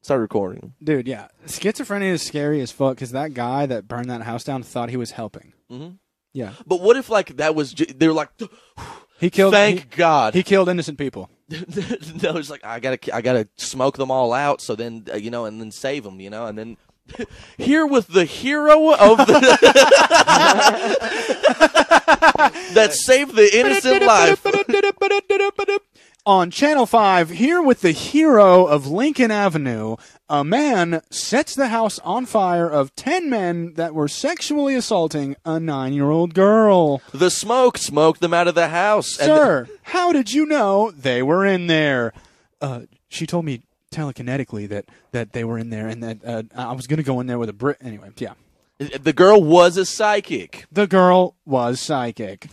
Speaker 1: started recording.
Speaker 4: Dude, yeah. Schizophrenia is scary as fuck because that guy that burned that house down thought he was helping.
Speaker 1: hmm
Speaker 4: Yeah.
Speaker 1: But what if like that was ju- they're like,
Speaker 4: He killed.
Speaker 1: thank God.
Speaker 4: he, he killed innocent people.
Speaker 1: no, it's like I gotta I gotta smoke them all out. So then uh, you know, and then save them, you know, and then. Here with the hero of the that saved the innocent life.
Speaker 4: On Channel 5, here with the hero of Lincoln Avenue, a man sets the house on fire of 10 men that were sexually assaulting a nine year old girl.
Speaker 1: The smoke smoked them out of the house. and-
Speaker 4: Sir, how did you know they were in there? Uh, she told me telekinetically that, that they were in there and that uh, I was going to go in there with a Brit. Anyway, yeah.
Speaker 1: the girl was a psychic.
Speaker 4: The girl was psychic.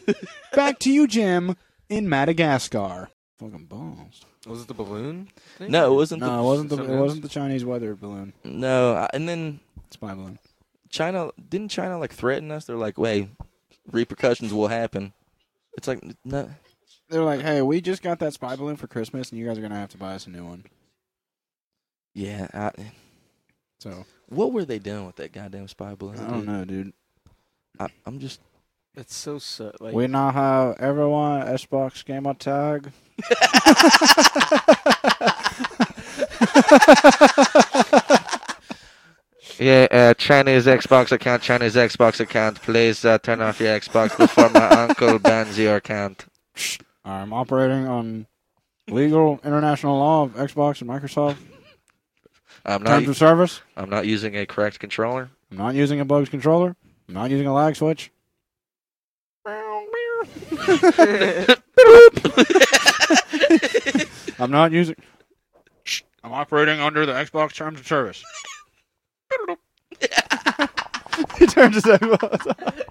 Speaker 4: Back to you, Jim, in Madagascar.
Speaker 5: Fucking balls.
Speaker 8: Was it the balloon?
Speaker 1: No, it wasn't.
Speaker 5: No, it wasn't the
Speaker 8: Something
Speaker 5: it
Speaker 8: else?
Speaker 5: wasn't the Chinese weather balloon.
Speaker 1: the, no, I- and then
Speaker 5: Spy balloon.
Speaker 1: China didn't China like threaten us? They're like, wait, repercussions will happen. It's like no,
Speaker 5: They're like, hey, we just got that spy balloon for Christmas, and you guys are gonna have to buy us a new one.
Speaker 1: yeah. I,
Speaker 5: So
Speaker 1: what were they doing with that goddamn spy balloon?
Speaker 5: I don't know, dude.
Speaker 1: I, I'm just.
Speaker 8: That's so su- like.
Speaker 5: We now have everyone Xbox gamer tag.
Speaker 1: Yeah, uh, Chinese Xbox account, Chinese Xbox account. Please uh, turn off your Xbox before my uncle bans your account.
Speaker 5: I'm operating on legal international law of Xbox and Microsoft
Speaker 1: I'm
Speaker 5: terms of service.
Speaker 1: I'm not using a correct controller.
Speaker 5: I'm not using a bugs controller. I'm not using a lag switch. I'm not using.
Speaker 2: I'm operating under the Xbox terms of service.
Speaker 5: He turned his Xbox.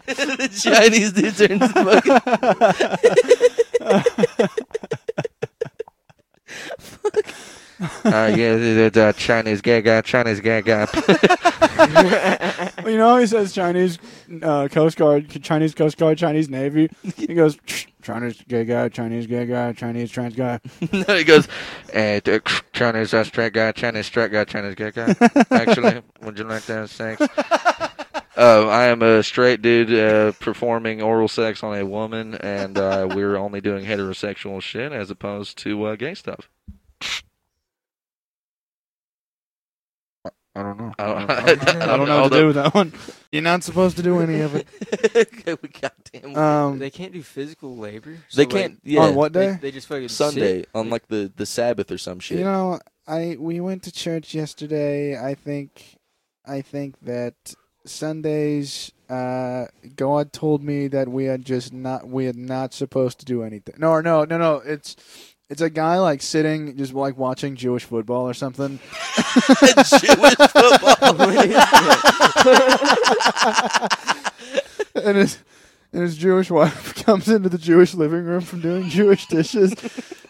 Speaker 1: the Chinese dude turns the uh, yeah, the, the, the Chinese gay guy, Chinese gay guy.
Speaker 5: You know, he says Chinese uh, Coast Guard, Chinese Coast Guard, Chinese Navy. He goes, Chinese gay guy, Chinese gay guy, Chinese trans guy.
Speaker 1: no, he goes, eh, the Chinese uh, straight guy, Chinese straight guy, Chinese gay guy. Actually, would you like to have sex? Uh, I am a straight dude uh, performing oral sex on a woman, and uh, we're only doing heterosexual shit as opposed to uh, gay stuff.
Speaker 5: I don't know.
Speaker 1: I don't,
Speaker 5: I don't know what to do with that one. You're not supposed to do any of it.
Speaker 1: okay, we got damn.
Speaker 5: Um,
Speaker 6: They can't do physical labor. so,
Speaker 1: they
Speaker 6: like,
Speaker 1: can't. yeah,
Speaker 5: On what
Speaker 6: They,
Speaker 5: day?
Speaker 6: they just fucking sit.
Speaker 1: Sunday on like the the Sabbath or some shit.
Speaker 5: You know, I we went to church yesterday. I think, I think that Sundays, uh, God told me that we are just not we are not supposed to do anything. No, no, no, no. It's it's a guy like sitting just like watching Jewish football or something.
Speaker 1: Jewish football.
Speaker 5: and his and his Jewish wife comes into the Jewish living room from doing Jewish dishes,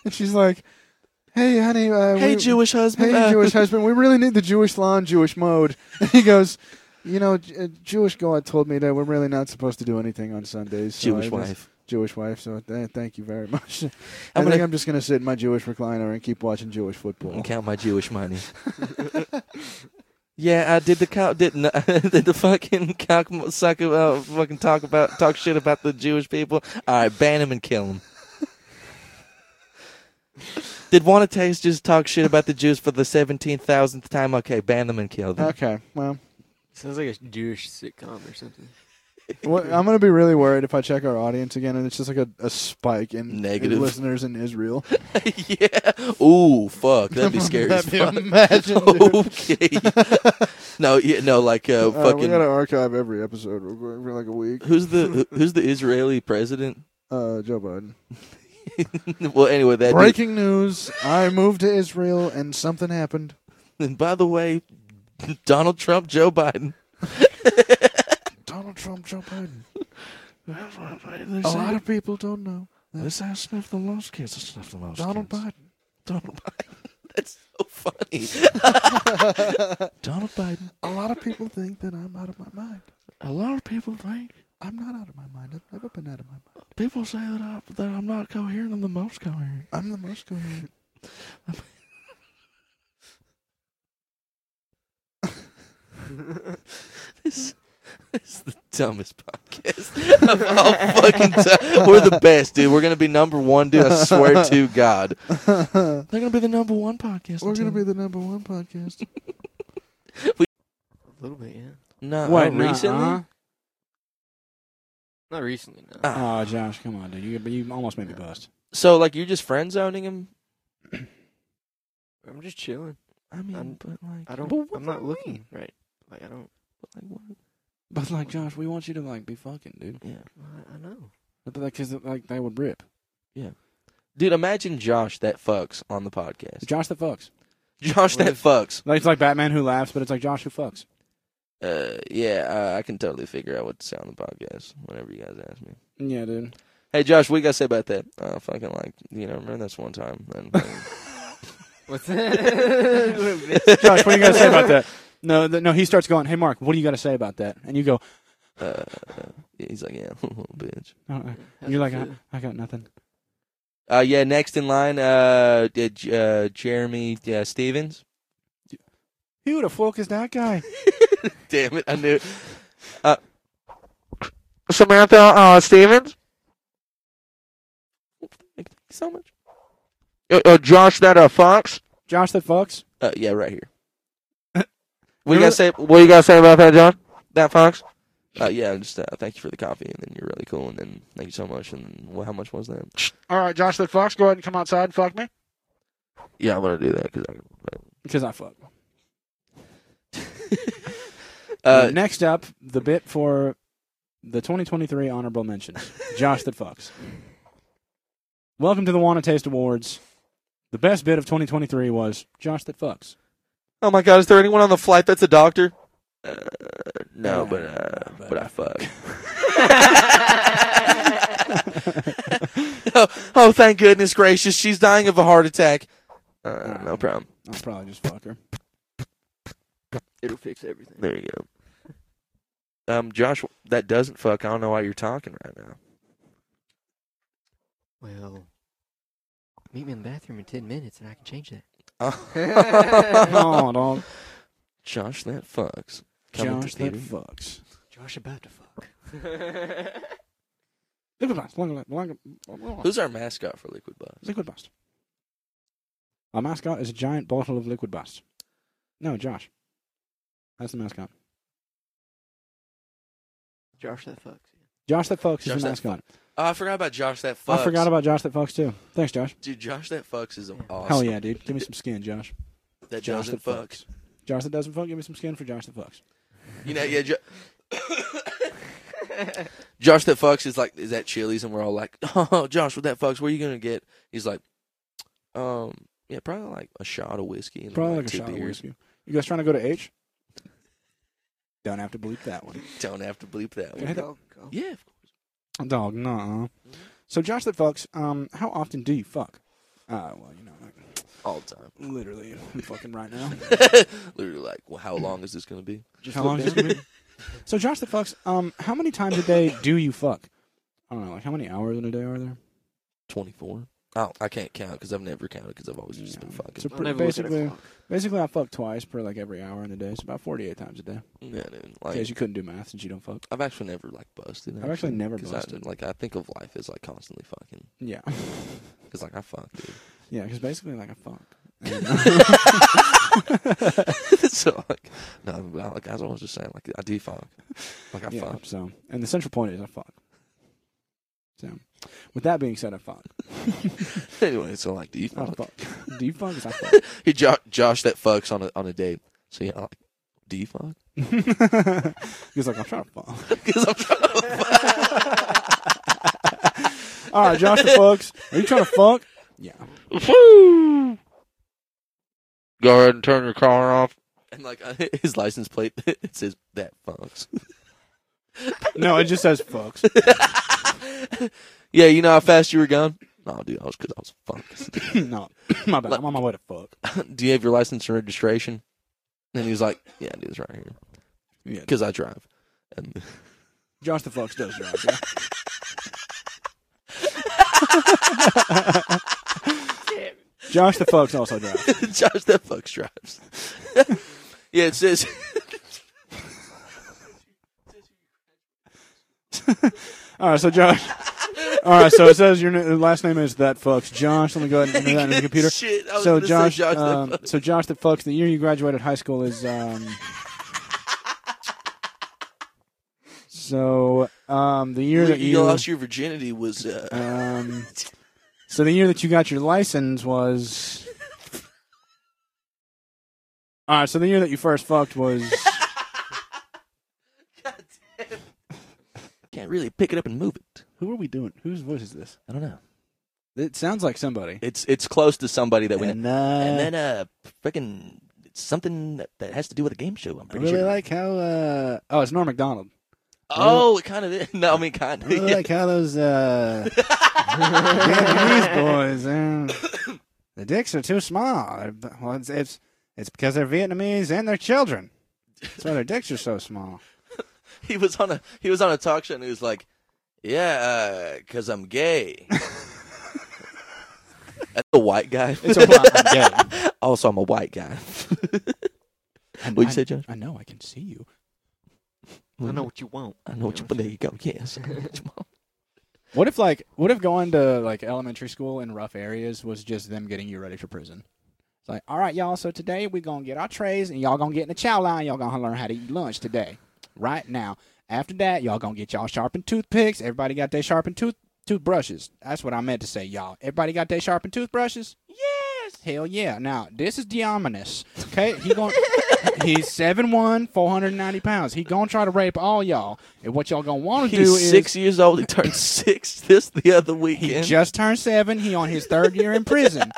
Speaker 5: and she's like, "Hey, honey, uh,
Speaker 1: hey,
Speaker 5: we-
Speaker 1: Jewish husband.
Speaker 5: hey,
Speaker 1: uh,
Speaker 5: Jewish husband, we really need the Jewish law and Jewish mode." And he goes, "You know, J- uh, Jewish God told me that we're really not supposed to do anything on Sundays." so I
Speaker 1: Jewish
Speaker 5: just-
Speaker 1: wife.
Speaker 5: Jewish wife. So th- thank you very much. I
Speaker 1: I'm
Speaker 5: think
Speaker 1: gonna
Speaker 5: I'm just gonna sit in my Jewish recliner and keep watching Jewish football.
Speaker 1: and count my Jewish money. yeah, I did the count. Didn't I? did the fucking cock suck about fucking talk about talk shit about the Jewish people? All right, ban him and kill him. Did want to taste just talk shit about the Jews for the seventeen thousandth time? Okay, ban them and kill them.
Speaker 5: Okay, well,
Speaker 6: Sounds like a Jewish sitcom or something.
Speaker 5: What, I'm gonna be really worried if I check our audience again and it's just like a, a spike in in
Speaker 1: Negative.
Speaker 5: listeners in Israel.
Speaker 1: yeah. Ooh, fuck. That'd be scary as
Speaker 5: That'd be-
Speaker 1: fuck.
Speaker 5: Imagine, dude.
Speaker 1: okay. no, yeah, no, like uh,
Speaker 5: Uh, we
Speaker 1: fucking.
Speaker 5: gotta archive every episode real quick for like a week.
Speaker 1: Who's the who- who's the Israeli president?
Speaker 5: Uh, Joe Biden.
Speaker 1: well, anyway, that.
Speaker 5: Breaking news: I moved to Israel and something happened.
Speaker 1: And by the way, Donald Trump, Joe Biden.
Speaker 5: Donald Trump, Joe Biden.
Speaker 1: They're
Speaker 5: A lot of people don't know.
Speaker 1: how sniff the most kids. Sniff the most
Speaker 5: Donald Biden.
Speaker 1: Donald Biden. That's so funny. Donald Biden.
Speaker 5: A lot of people think that I'm out of my mind.
Speaker 1: A lot of people think
Speaker 5: I'm not out of my mind. I've never been out of my mind.
Speaker 1: people say that, I, that I'm not coherent. I'm the most coherent.
Speaker 5: I'm the most coherent.
Speaker 1: This, this is the dumbest podcast of all Oh, fucking time. We're the best, dude. We're gonna be number one, dude. I swear to God, they're gonna be the number one podcast.
Speaker 5: We're gonna be the number one podcast.
Speaker 8: A little bit, yeah.
Speaker 1: no
Speaker 4: What, nah,
Speaker 1: recently.
Speaker 8: uh-huh.
Speaker 4: uh-uh.
Speaker 8: Not recently, no.
Speaker 1: Ah.
Speaker 4: Oh, Josh, come on, dude. You, you almost made me bust.
Speaker 1: So like you're just friend zoning him.
Speaker 8: I'm just chilling.
Speaker 1: I mean,
Speaker 8: I'm-
Speaker 1: but like
Speaker 8: I don't.
Speaker 1: But what
Speaker 8: I'm
Speaker 1: do
Speaker 8: not
Speaker 1: you
Speaker 8: looking
Speaker 1: mean?
Speaker 8: right. Like I don't.
Speaker 1: Like, what?
Speaker 4: But like, Josh, we want you to like be fucking, dude.
Speaker 1: Yeah,
Speaker 8: I- I know.
Speaker 4: But like, cause like they would rip.
Speaker 1: dude. Imagine Josh that fucks on the podcast.
Speaker 4: Josh that fucks.
Speaker 1: Josh that fucks.
Speaker 4: Like it's like Batman who laughs, but it's like Josh who fucks.
Speaker 1: Uh, yeah, uh, I can totally figure out what to say on the podcast whenever you guys ask me.
Speaker 4: Yeah, dude.
Speaker 1: Hey, Josh, what you gotta say about that? Uh, fucking like, you know, remember this one time? And, uh,
Speaker 8: What's that?
Speaker 4: Josh, what do you got to say about that? No, th- no. He starts going, "Hey, Mark, what do you got to say about that?" And you go,
Speaker 1: uh, he's like, yeah, bitch.
Speaker 4: "No, "Oh, I- and "You're like, I, I got nothing."
Speaker 1: Uh, yeah, next in line, uh, uh, J- uh Jeremy uh, Stevens.
Speaker 4: Who the fuck is that guy?
Speaker 1: Damn it, I knew it. Uh,
Speaker 2: Samantha uh, Stevens,
Speaker 1: Thank you so much.
Speaker 2: uh, uh, Josh that uh, Fox.
Speaker 4: Josh that fucks.
Speaker 1: Uh, yeah, right here. What you
Speaker 4: Remember
Speaker 1: gotta say?
Speaker 2: What you gotta say about that, John? That Fox.
Speaker 1: Uh, yeah, just uh, thank you for the coffee, and then you're really cool, and then thank you so much, and then, well, how much was that?
Speaker 2: All right, Josh that Fox, go ahead and come outside and fuck me.
Speaker 1: Yeah, I'm gonna do that because I.
Speaker 4: Because I fuck.
Speaker 1: Uh,
Speaker 4: Next up, the bit for the 2023 honorable mentions. Josh that fucks. Welcome to the Wanna Taste Awards. The best bit of 2023 was Josh that fucks.
Speaker 1: oh my God, is there anyone on the flight that's a doctor? Uh, no, but uh,
Speaker 4: But-
Speaker 1: but I fuck. oh, oh, thank goodness gracious, she's dying of a heart attack. Uh, no problem.
Speaker 4: I'll probably just fuck her.
Speaker 8: It'll fix everything.
Speaker 1: There you go. Um, Josh, that doesn't fuck. I don't know why you're talking right now.
Speaker 8: Well, meet me in the bathroom in ten minutes, and I can change that.
Speaker 4: Oh, dog.
Speaker 1: Josh, that fucks. Coming
Speaker 4: Josh
Speaker 1: to
Speaker 4: that
Speaker 1: theater.
Speaker 4: fucks.
Speaker 8: Josh about to fuck.
Speaker 4: Liquid blast. Liquid blast. Liquid
Speaker 1: Who's our mascot for Liquid Buzz?
Speaker 4: blast. Our mascot is a giant bottle of liquid blast. No, Josh. That's the mascot.
Speaker 8: Josh that fucks.
Speaker 4: Josh that fucks
Speaker 1: Josh
Speaker 4: is the
Speaker 1: that
Speaker 4: mascot.
Speaker 1: Oh, I forgot about Josh that fucks.
Speaker 4: I forgot about Josh that fucks too. Thanks, Josh.
Speaker 1: Dude, Josh that fucks is awesome.
Speaker 4: Hell yeah, dude. Give me some skin, Josh.
Speaker 1: That
Speaker 4: Josh
Speaker 1: doesn't
Speaker 4: that
Speaker 1: fucks.
Speaker 4: Josh that doesn't fuck, give me some skin for Josh that fucks.
Speaker 1: You know, yeah. Jo- Josh that fucks is like, is that Chili's? And we're all like, oh, Josh, with that fucks, where are you going to get? He's like, um, yeah, probably like a shot of whiskey and
Speaker 4: Probably
Speaker 1: like,
Speaker 4: like a
Speaker 1: two
Speaker 4: shot
Speaker 1: beers.
Speaker 4: of whiskey. You guys trying to go to H? Don't have to bleep that one.
Speaker 1: Don't have to bleep that
Speaker 4: Can I
Speaker 1: one.
Speaker 4: hit that-
Speaker 8: Go, go.
Speaker 1: Yeah.
Speaker 4: Dog, no. So Josh that fucks, um, how often do you fuck? Uh, well, you know, like,
Speaker 1: All the time.
Speaker 4: literally, I'm fucking right now.
Speaker 1: Literally like, well, how long is this going to be?
Speaker 8: Just
Speaker 4: How long
Speaker 8: look
Speaker 4: is this
Speaker 8: down.
Speaker 4: gonna be? So Josh the fucks. Um, how many times a day do you fuck? I don't know. Like how many hours in a day are there?
Speaker 1: 24. Oh, I can't count because I've never counted because I've always just been
Speaker 4: Yeah.
Speaker 1: fucking.
Speaker 4: So
Speaker 8: I'll
Speaker 4: pr-
Speaker 8: never look at a
Speaker 4: basically,
Speaker 8: clock.
Speaker 4: basically, I fuck twice per like every hour in the day. It's about forty-eight times a day.
Speaker 1: yeah, dude.
Speaker 4: In
Speaker 1: Like,
Speaker 4: case you couldn't do math since you don't fuck.
Speaker 1: I've actually never like busted.
Speaker 4: I've actually never
Speaker 1: 'cause
Speaker 4: busted.
Speaker 1: I, like I think of life as like constantly fucking.
Speaker 4: Yeah,
Speaker 1: Cause like I fuck, dude.
Speaker 4: yeah. Because basically, like I fuck.
Speaker 1: so like, no, I'm- well, like, as I was just saying, like I do fuck, like I
Speaker 9: yeah,
Speaker 1: fuck.
Speaker 9: so and the central point is I fuck. So with that being said, I fuck.
Speaker 1: Anyway, so like, do you
Speaker 9: I
Speaker 1: fuck?
Speaker 9: fuck. Do you fuck? 'Cause I fuck.
Speaker 1: Hey, jo- Josh, that fucks on a on a date. So yeah, like, do you fuck?
Speaker 9: He's like, I'm trying to fuck.
Speaker 1: Because I'm trying
Speaker 9: All right, Josh the fucks. Are you trying to fuck? Yeah.
Speaker 1: to. Go ahead and turn your car off. And like I- his license plate, it says that fucks.
Speaker 9: No, it just says fucks.
Speaker 1: yeah, you know how fast you were gone. No, dude, I was because I was fucked.
Speaker 9: no, my bad. I'm on my way to fuck.
Speaker 1: do you have your license and registration? And he's like, yeah, it is right here.
Speaker 9: Yeah.
Speaker 1: Because I drive. And
Speaker 9: Josh the fucks does drive. Yeah. Josh the fucks also drives.
Speaker 1: Josh, that fucks drives. yeah, it says,
Speaker 9: All right, so Josh. All right, so it says your n- last name is that fucks Josh. Let me go ahead and enter that into the computer.
Speaker 1: shit. I was
Speaker 9: So
Speaker 1: gonna say
Speaker 9: Josh,
Speaker 1: Josh that
Speaker 9: um, so Josh that fucks. The year you graduated high school is. Um, so um, the year
Speaker 1: You,
Speaker 9: that
Speaker 1: you
Speaker 9: you
Speaker 1: lost your virginity was uh,
Speaker 9: um, so the year that you got your license was. All right, so the year that you first fucked was.
Speaker 1: can't really pick it up and move it.
Speaker 9: Who are we doing? Whose voice is this?
Speaker 1: I don't know.
Speaker 9: It sounds like somebody.
Speaker 1: It's it's close to somebody that we know.
Speaker 9: And, uh,
Speaker 1: and then uh, freaking it's something that, that has to do with a game show. I'm
Speaker 9: I
Speaker 1: pretty
Speaker 9: really
Speaker 1: sure.
Speaker 9: like how uh oh it's Norm Macdonald.
Speaker 1: oh, it kind of is. No, I mean kind
Speaker 9: I
Speaker 1: of.
Speaker 9: really
Speaker 1: yeah.
Speaker 9: like how those uh Vietnamese boys um, the dicks are too small. They're- Well, it's, it's it's because they're Vietnamese and they're children. That's why their dicks are so small.
Speaker 1: He was on a he was on a talk show and he was like, "Yeah, uh, cause I'm gay." That's a white guy.
Speaker 9: It's a lot. I'm gay.
Speaker 1: also, I'm a white guy.
Speaker 9: And
Speaker 1: What'd you
Speaker 9: I-
Speaker 1: say, Josh?
Speaker 9: I know I can see you.
Speaker 6: I know what you want.
Speaker 1: I know what you. But there you go. Yes.
Speaker 4: What if like what if going to like elementary school in rough areas was just them getting you ready for prison? It's like, all right, y'all. So today we gonna get our trays and y'all gonna get in the chow line. Y'all gonna learn how to eat lunch today, right now. After that, y'all gonna get y'all sharpened toothpicks. Everybody got their sharpened tooth toothbrushes. That's what I meant to say, y'all. Everybody got their sharpened toothbrushes. Yes. Hell yeah. Now this is Diominus. Okay, he going he's 7'1", 490 pounds. He gonna try to rape all y'all. And what y'all gonna want to do
Speaker 1: He's
Speaker 4: is
Speaker 1: six years old. He turned six this the other
Speaker 4: he
Speaker 1: weekend.
Speaker 4: just turned seven. He on his third year in prison.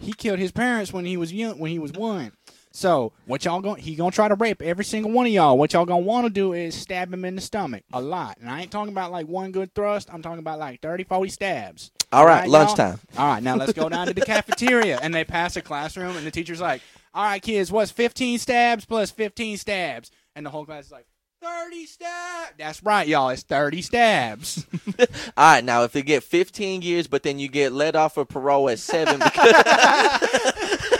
Speaker 4: he killed his parents when he was young, when he was one. So what y'all going? to He gonna try to rape every single one of y'all. What y'all gonna want to do is stab him in the stomach a lot. And I ain't talking about like one good thrust. I'm talking about like 30, 40 stabs.
Speaker 1: All right,
Speaker 4: y'all?
Speaker 1: lunchtime.
Speaker 4: All right, now let's go down to the cafeteria. And they pass a classroom, and the teacher's like, "All right, kids, what's 15 stabs plus 15 stabs?" And the whole class is like, "30 stabs." That's right, y'all. It's 30 stabs.
Speaker 1: All right, now if they get 15 years, but then you get let off of parole at seven because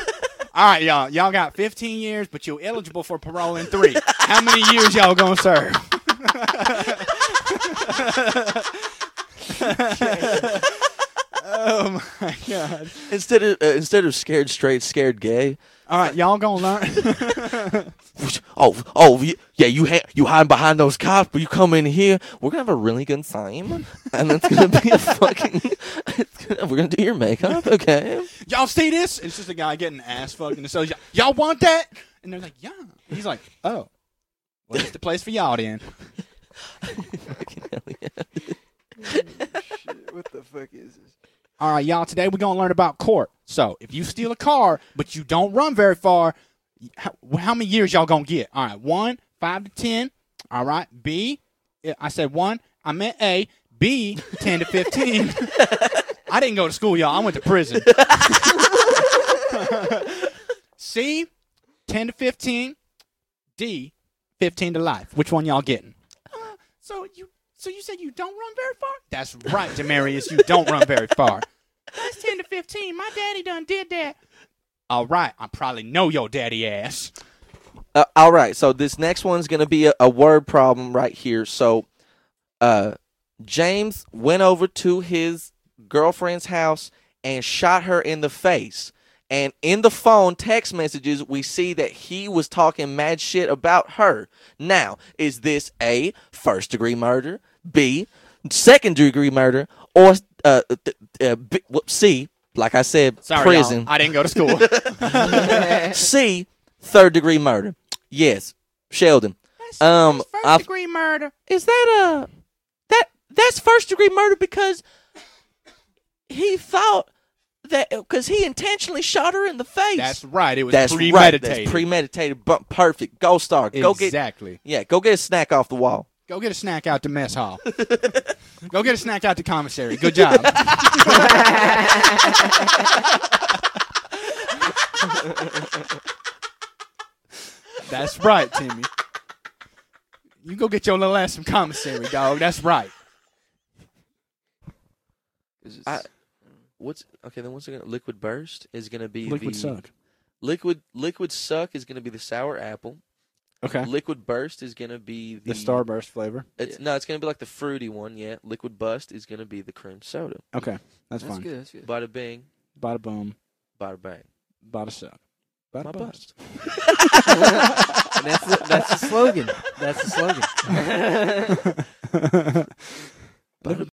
Speaker 4: All right, y'all. Y'all got 15 years, but you're eligible for parole in three. How many years y'all gonna serve? oh my god!
Speaker 1: instead of uh, instead of scared straight, scared gay.
Speaker 4: All right, y'all gonna learn.
Speaker 1: Oh, oh, y- yeah, you ha- you hide behind those cops, but you come in here. We're gonna have a really good time, and it's gonna be a fucking. It's gonna, we're gonna do your makeup, okay?
Speaker 4: y'all see this? It's just a guy getting ass fucked, and so y'all, y'all want that? And they're like, yeah. And he's like, oh, well, it's the place for y'all then.
Speaker 1: Fucking hell yeah.
Speaker 10: Shit, what the fuck is this?
Speaker 4: All right, y'all. Today we're gonna learn about court. So if you steal a car but you don't run very far, how, how many years y'all gonna get? All right, one, five to ten. All right, B. yeah, I said one. I meant A. B. Ten to fifteen. I didn't go to school, y'all. I went to prison. C. Ten to fifteen. D. Fifteen to life. Which one y'all getting? Uh, so you. So you said you don't run very far? That's right, Demarius. You don't run very far. That's ten to fifteen. My daddy done did that. All right, I probably know your daddy ass.
Speaker 1: Uh, all right, so this next one's gonna be a, a word problem right here. So, uh, James went over to his girlfriend's house and shot her in the face, And in the phone text messages, we see that he was talking mad shit about her. Now, is this A, first degree murder, B, second degree murder, or uh, th- uh, B, whoop, C, like I said, prison?
Speaker 11: I didn't go to school.
Speaker 1: C, third degree murder. Yes, Sheldon. um, first degree murder. Is that a that that's first degree murder because he thought that because he intentionally shot her in the face.
Speaker 11: That's right. It was
Speaker 1: That's
Speaker 11: premeditated.
Speaker 1: Right. That's premeditated. But perfect. Gold star. Go get
Speaker 11: exactly.
Speaker 1: yeah. Go get a snack off the wall.
Speaker 4: Go get a snack out to mess hall. Go get a snack out to commissary. Good job. That's right, Timmy. You go get your little ass some commissary, dog. That's right.
Speaker 1: I- What's okay? Then what's it gonna liquid burst is gonna be
Speaker 5: Liquid
Speaker 1: the,
Speaker 5: suck.
Speaker 1: Liquid liquid suck is gonna be the sour apple.
Speaker 4: Okay.
Speaker 1: Liquid burst is gonna be the,
Speaker 4: The starburst flavor.
Speaker 1: It's, No, it's gonna be like the fruity one. Yeah. Liquid bust is gonna be the cream soda.
Speaker 5: Okay, that's,
Speaker 6: That's
Speaker 5: fine.
Speaker 6: good. That's good.
Speaker 1: Bada bing,
Speaker 5: Bada boom,
Speaker 1: bada bang.
Speaker 5: bada suck, bada
Speaker 1: My
Speaker 5: bust.
Speaker 1: bust.
Speaker 6: And that's the, that's the slogan. That's the slogan.
Speaker 1: Bada